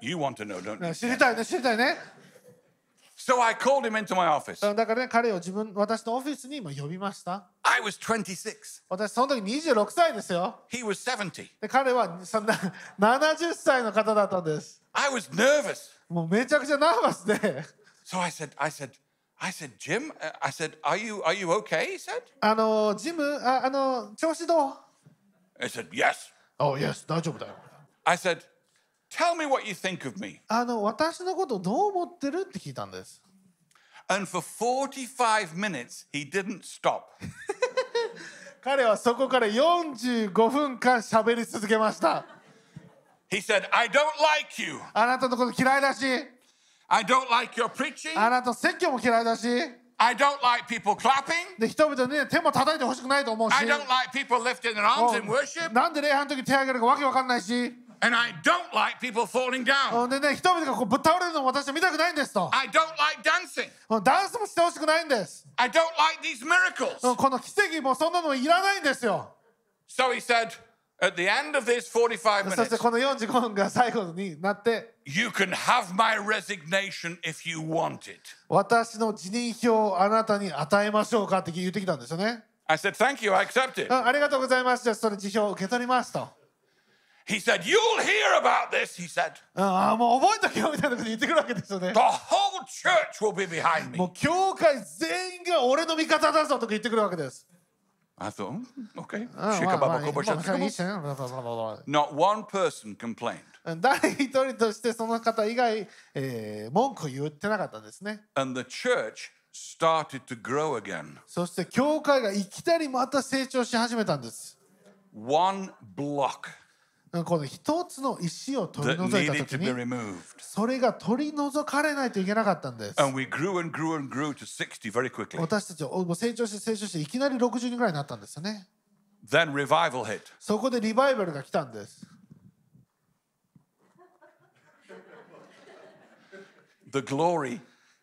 B: You want to know, don't
C: ね
B: you?
C: 知りたいね知りたいね
B: So I called him into my office.
C: うんだからね彼を自分私のオフィスに今呼びました
B: I was 26.
C: 私その時26歳ですよ
B: He was 70.
C: で彼はそんな70歳の方だったんです
B: I was nervous.
C: もうめちゃくちゃナーバスで
B: So I said, I said, I said, Jim, uh, I said, are you, are you okay? He said.
C: あのジムああの調子どう
B: I said, yes.
C: あいや大丈夫だよ
B: I said, tell me what you think of me.
C: あの私のことどう思ってるって聞いたんです
B: And for 45 minutes, he didn't stop.
C: 彼はそこから45分間喋り続けました
B: He said, I don't like you.
C: あなたのこと嫌いだし
B: I don't like your preaching.
C: あなたの説教も嫌いだし
B: I don't like people clapping.
C: で人々に、ね、手も叩いてほしくないと思うし
B: I don't like people lifting their arms
C: Oh,
B: in worship.
C: なんで礼拝の時手挙げるかわけわかんないし
B: And I don't like people falling
C: ほ
B: down.
C: んでね人々がこうぶっ倒れるのも私は見たくないんですと
B: I don't like dancing.
C: ダンスもしてほしくないんです
B: I don't like these miracles.
C: この奇跡もそんなのもいらないんですよ
B: So he said, at the end of this 45
C: そしてこ
B: minutes,
C: の45分が最後になって
B: you can have my resignation if you want it.
C: 私の辞任票をあなたに与えましょうかって言ってきたんですよね
B: I said, thank you, I accept it.
C: うんありがとうございますじゃあそれ辞表を受け取りますと
B: He said, you'll hear about this, he said.
C: うんあーもう覚えとけよみたいなこと言ってくるわけですよね
B: The whole church will be behind
C: も
B: me.
C: う教会全員が俺の味方だぞとか言ってくるわけです
B: I thought, "Hmm, okay.
C: うんまあまあまあ
B: Shikababakobo
C: いい
B: shatsukubo."
C: っすよねブラブラブラブラ
B: Not one person complained.
C: 誰一人としてその方以外、えー文句を言ってなかったんですね
B: And the church started to grow again.
C: そして教会がいきなりまた成長し始めたんです、
B: One block.
C: うんこの一つの石を取り
B: that
C: 除いた
B: needed
C: 時
B: to be
C: に
B: removed.
C: それが取り除かれないといけなかったんです
B: And we grew and grew and grew to 60 very quickly.
C: 私たちはおもう成長して成長していきなり60人ぐらいになったんですよね
B: Then revival hit.
C: そこでリバイバルが来たんです
B: The glory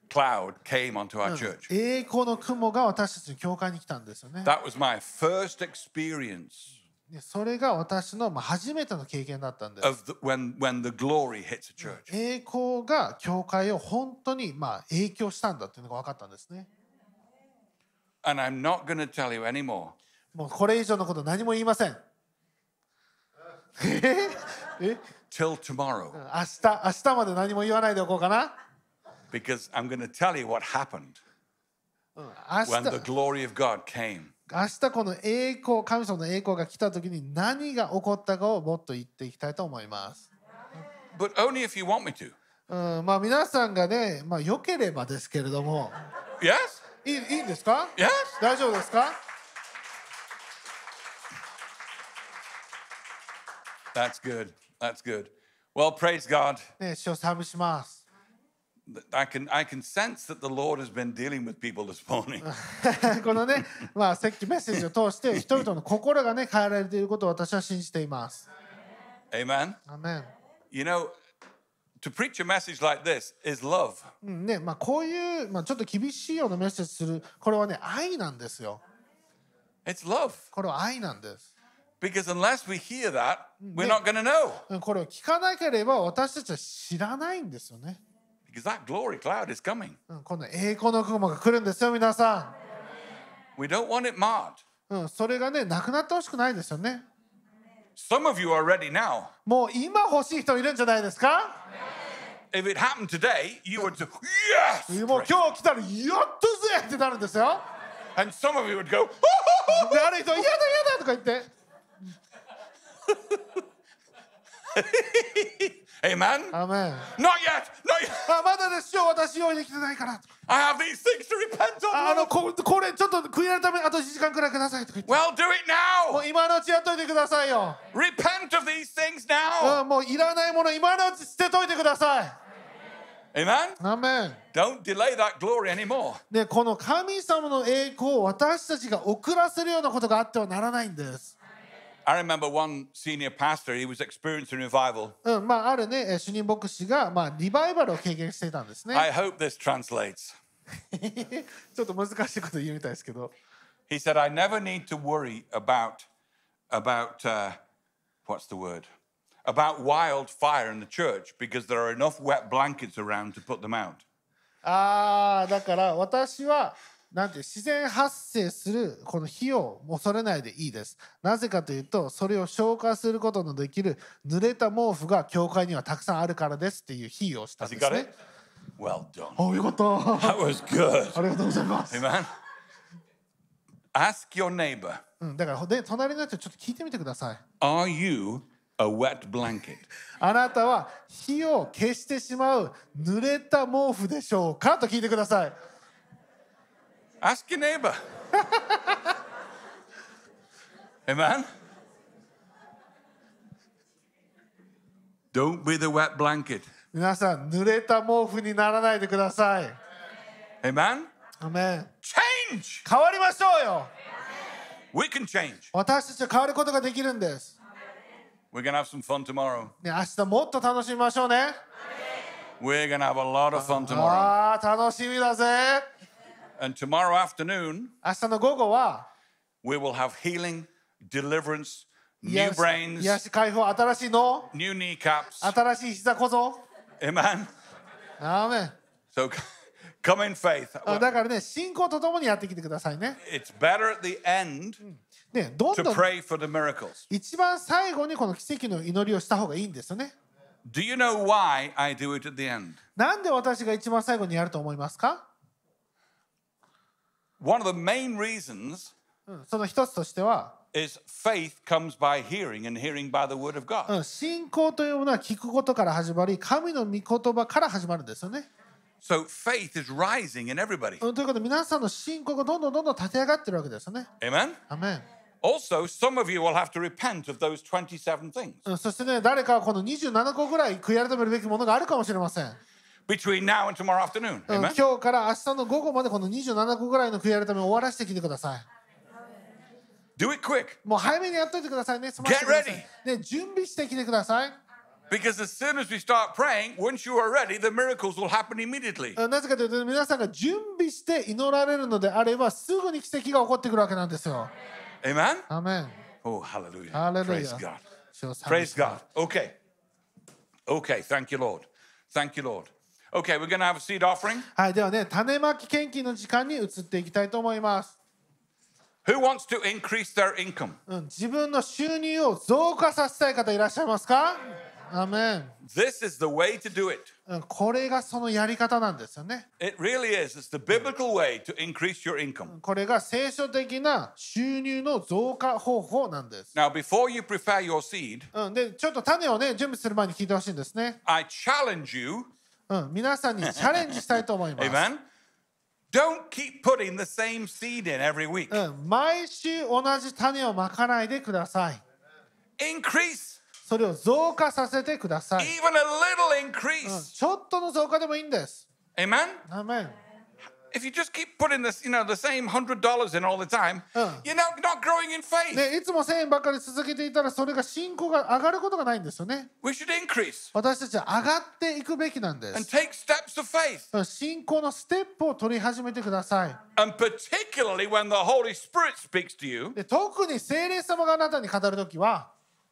B: cloud came onto our church.
C: 栄光の雲が私たちの教会に来たんですよね
B: That was my first experience
C: でそれが私のまあ初めての経験だったんです
B: of the, when, when the glory hits a church.
C: 栄光が教会を本当にまあ影響したんだっていうのが分かったんですね
B: And I'm not going to tell you anymore
C: もうこれ以上のこと何も言いませんええ
B: till tomorrow
C: 明日明日まで何も言わないでおこうかな
B: because I'm going to tell you what happened
C: うん
B: when
C: 明
B: the
C: 日
B: glory of God came.
C: 明日この栄光神様の栄光が来た時に何が起こったかをもっと言っていきたいと思います、
B: But only if you want me to.
C: うん、まあ皆さんがねまあ良ければですけれども
B: Yes?
C: いいいいんですか
B: Yes?
C: 大丈夫ですか
B: That's good. That's good. Well, praise God.
C: ね主を賛美します
B: I can I can sense that the Lord has been dealing with people this morning.
C: このね、まあ、さっきメッセージを通して人々の心がね変えられていることを私は信じています。
B: Amen.
C: アーメン
B: You know, to preach a message like this is love.
C: うんねまあ、こういう、まあ、ちょっと厳しいようなメッセージするこれはね愛なんですよ。
B: It's love.
C: これは愛なんです。
B: Because unless we hear that, we're not going to know.
C: うんこれを聞かなければ私たちは知らないんですよね。
B: Because that glory cloud is coming.
C: うん、この栄光の雲が来るんですよ皆さ
B: We don't want it marred.
C: ん、うん。それがねなくなってほしくないですよね。
B: Some of you are ready now.
C: もう今欲しい人いるんじゃないですか
B: If it happened today, you would say, Yes!
C: もう
B: praise."
C: 今日来たらやっとぜってなるんですよ。
B: And some of you would go,
C: である人「嫌だ嫌だ」とか言って。
B: Amen.
C: アーメン
B: Not yet! Not yet!
C: あまだですよ私用意できてないから
B: I have these things to repent
C: ああ
B: of.
C: のここれちょっと悔い改めあと1時間くらいくださいとか言って
B: Well, do it
C: も
B: now!
C: う今のうちやっといてくださいよ、
B: Repent of these things now!
C: うん、もういらないもの今のうち捨てといてください
B: Amen?
C: アーメン
B: Don't delay that glory anymore.
C: でこの神様の栄光を私たちが遅らせるようなことがあってはならないんです、
B: I remember one senior pastor, he was experiencing revival.
C: うんまあ、あるねえー主任牧師が、まあ、リバイバルを経験していたんですね
B: I hope this translates.
C: ちょっと難しいこと言うみたいですけど
B: He said, I never need to worry about, about uh, what's the word? About wildfire in the church because there are enough wet blankets around to put them out.
C: あーだから私はなんて自然発生するこの火を恐れないでいいですなぜかというとそれを消化することのできる濡れた毛布が教会にはたくさんあるからですっていう比喩をしたん
B: Has he
C: で
B: got
C: すね
B: it? Well done.
C: あよかった
B: That was good.
C: ありがとうございます、
B: Amen. Ask your neighbor,
C: うん、だからで隣の人ちょっと聞いてみてください
B: are you a wet blanket?
C: あなたは火を消してしまう濡れた毛布でしょうかと聞いてください
B: Ask your neighbor. Amen. Don't be the wet blanket.
C: 皆さん濡れた毛布にならないでください
B: Amen.
C: アメン
B: Change.
C: 変わりましょうよ
B: We can change.
C: 私たちは変わることができるんです。
B: We're going to have some fun tomorrow.
C: ね、明日もっと楽しみましょうね。
B: We're going to have a lot of fun tomorrow.
C: ああ、楽しみだぜ。
B: And tomorrow afternoon,
C: 明日の午後は、
B: we will have healing, deliverance, new
C: 癒し
B: brains,
C: 癒し解放、新しい脳、
B: new kneecaps.
C: 新しい膝小僧。
B: Amen.
C: アーメン
B: So come in faith.
C: あだからね、信仰とともにやってきてくださいね。
B: It's better at the end
C: ね、どん
B: to
C: どん
B: pray for the miracles.
C: 一番最後にこの奇跡の祈りをした方がいいんですよね。
B: Do you know why I do it at the end?
C: なんで私が一番最後にやると思いますか、
B: One of the main reasons
C: うん、その一つとしては、
B: is faith comes by hearing and hearing by the word of God.
C: うん、信仰というものは聞くことから始まり、神の御言葉から始まるんですよね。
B: So faith is
C: Uh.
B: rising in everybody.
C: うんということで皆さんの信仰がどんどんどんどん立て上がってるわけですよね。
B: Amen.
C: アメン。
B: Also, some of you will have to repent of those 27 things.
C: うんそしてね誰かはこの27個ぐらい悔い改めるべきものがあるかもしれません、
B: between now and tomorrow afternoon.
C: うん
B: Amen.
C: 今日から明日の午後までこの27個ぐらいの悔い改めを終わらせてきてください
B: Do it quick
C: もう早めにやっといてくださいね済ませてくださいね準備してきてください
B: because as soon as we start praying, once you are ready, the miracles will happen immediately.
C: うんなぜかというと皆さんが準備して祈られるのであればすぐに奇跡が起こってくるわけなんですよ
B: Amen.
C: アーメン
B: Oh, hallelujah.
C: ハレルヤ
B: Praise God.
C: 主を賛美
B: Praise God. Okay. Okay. Thank you, Lord. Thank you, Lord. Okay, we're going to have a seed offering.
C: はいではね種まき献金の時間に移っていきたいと思います、
B: Who wants to increase their income?
C: うん、自分の収入を増加させたい方いらっしゃいますかアーメン
B: This is the way to do it.
C: うんこれがそのやり方なんですよね。
B: It really is. It's the biblical way to increase your income.
C: これが聖書的な収入の増加方法なんです。
B: Now, before you prepare your seed,
C: うん、でちょっと種をね準備する前に聞いてほしいんですね、
B: I challenge you
C: うん。皆さんにチャレンジしたいと思いま す。
B: Amen. Don't keep putting the same seed in every week.
C: うん、毎週同じ種をまかないでください。
B: Increase,
C: それを増加させてください。
B: even a little increase.
C: ちょっとの増加でもいいんです。
B: Amen.
C: アーメン
B: If you just keep putting this, you know, the same hundred dollars in all the time,
C: Uh.
B: you're not, not growing in faith.
C: ね、いつも1000円ばっかり続けていたらそれが信仰が上がることがないんですよね。
B: We should increase
C: 私たちは上がっていくべきなんで
B: and
C: す。
B: take steps of faith,
C: うん信仰のステップを取り始めてください。
B: and particularly when the Holy Spirit speaks to you
C: で特に聖霊様があなたに語るときは、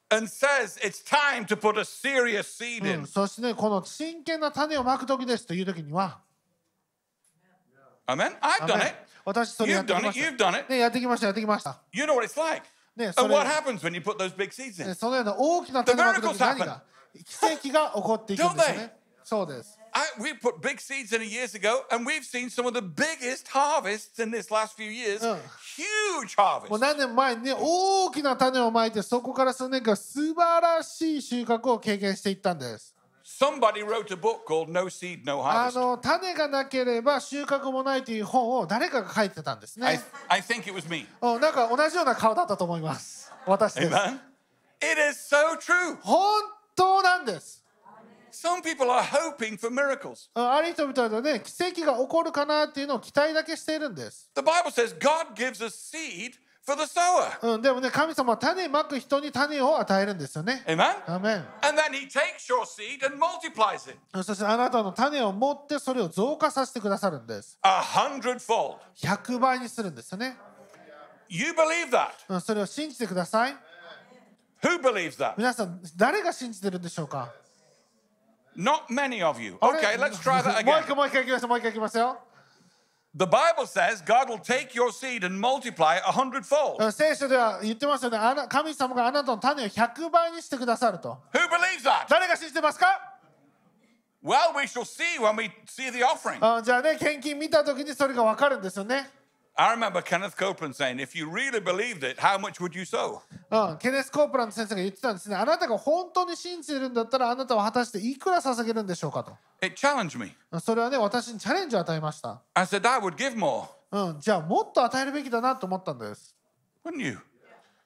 B: and says it's timeとput a serious seed
C: う
B: in.
C: んそしてねこの真剣な種をまくときですというときには
B: Amen. I've
C: ア
B: done
C: メン
B: it.
C: 私それや
B: You've
C: ってき
B: done it. You've done
C: ました
B: it.
C: ねやってきましたやってきました、
B: You know what it's like.
C: ねそ
B: And
C: れ
B: what happens when you put those big seeds in?
C: ねそのような大きな種をまくとき
B: The miracles happen.
C: 何が奇跡が起こっていくんですよ
B: Don't
C: ねそうです、
B: I, we put big seeds in it years ago, and we've seen some of the biggest harvests in this last few years.
C: Oh.
B: Huge
C: も
B: harvest.
C: う何年前にね大きな種をまいてそこから数年間素晴らしい収穫を経験していったんです
B: Somebody wrote a book called No Seed, No
C: あ
B: Harvest.
C: の種がなければ収穫もないという本を誰かが書いてたんですね
B: I, I think it was me.
C: うんなんか同じような顔だったと思います私です
B: Amen. It is so true.
C: 本当なんです。
B: Some people are hoping for miracles.
C: あある人々はね、奇跡が起こるかなっていうのを期待だけしているんです。
B: The Bible says God gives us seed for the sower.
C: うん、でもね、神様は種まく人に種を与えるんですよね。
B: Amen.
C: アーメン
B: And then He takes your seed and multiplies it
C: うんそしてあなたの種を持ってそれを増加させてくださるんです。
B: a hundredfold.
C: 100倍にするんですよね。
B: You believe that?
C: うん、それを信じてください。
B: Who believes that?
C: 皆さん、誰が信じてるんでしょうか
B: Not many of you.
C: あれ
B: Okay, let's try that
C: もう
B: again.
C: 一回、もう一回いきますよ。もう一回いきますよ。
B: The Bible says God will take your seed and multiply a hundredfold.
C: うん聖書では言ってますよね。あな神様があなたの種を100倍にしてくださると。
B: Who believes that?
C: 誰が信じてますか
B: Well, we shall see when we see the offering.
C: あじゃあね献金見た時にそれが分かるんですよね、
B: I remember Kenneth Copeland saying, if you really believed it, how much would you sow?
C: うん、ケネス・コープランド先生が言ってたんですねあなたが本当に信じてるんだったらあなたは果たしていくら捧げるんでしょうかと
B: It challenged me.
C: それはね私にチャレンジを与えました、
B: I said, I would give more,
C: うん、じゃあもっと与えるべきだなと思ったんです、
B: wouldn't you?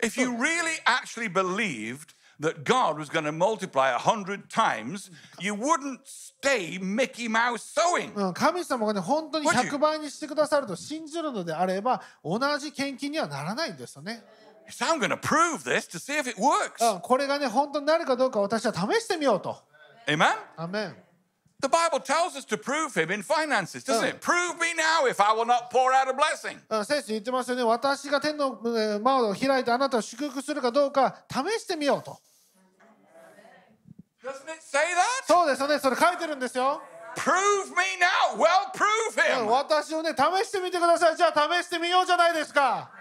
B: If you really actually believed that God was going to multiply a hundred times, you wouldn't stay Mickey Mouse sowing.
C: うん、神様がね本当に
B: Would you?
C: 100倍にしてくださると信じるのであれば同じ献金にはならないんですよね、
B: So I'm going to prove this to see if it works.
C: うん、これがね本当になるかどうか私は試してみようと
B: Amen?
C: アメン
B: The Bible tells us to prove him in finances, doesn't
C: Oh.
B: it? Prove me now if I will not pour out a blessing.
C: うん聖書言ってますよね私が天のえー窓を開いてあなたを祝福するかどうか試してみようと
B: Doesn't it say that?
C: そうですよねそれ書いてるんですよ
B: Prove me now. Oh, Well, prove
C: うん
B: him.
C: 私をね試してみてくださいじゃあ試してみようじゃないですか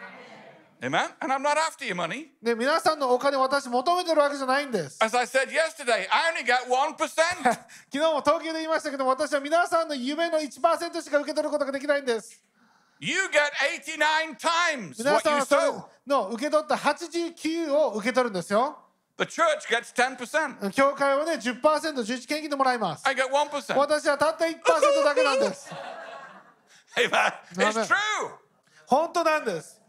B: Amen. And I'm not after your money.
C: ね皆さんのお金私求めてるわけじゃないんです
B: As I said yesterday, I only get 1%.
C: 昨日も東京で言いましたけど私は皆さんの夢の1%しか受け取ることができないんです
B: you get 89 times
C: 皆
B: what
C: さん
B: you
C: はそれ
B: sow.
C: の受け取った89を受け取るんですよ
B: The church gets 10%.
C: うん教会はね 10%11 献金でもらいます
B: I get 1%.
C: 私はたった1%だけなんです
B: Amen. It's
C: Amen.
B: true.
C: 本当なんです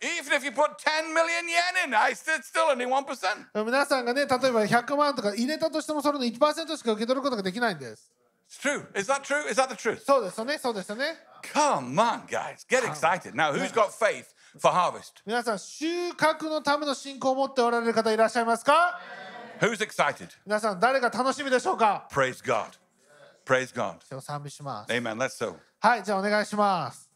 B: Even if you put 10 million yen in, I it's still only 1%.
C: 皆さんがね、例えば100万とか入れたとしてもそれの1%しか受け取ることができないんです。
B: It's true. Is that true? Is that the truth?
C: そうですよね、そうですよね。
B: Come on, guys. Get excited. Now, who's got faith for harvest?
C: 皆さん、収穫のための信仰を持っておられる方いらっしゃいますか
B: Who's excited?
C: 皆さん、誰が楽しみでしょうか
B: Praise God. Praise God.
C: 手を賛美します。
B: Amen. Let's so.
C: はい、じゃあお願いします。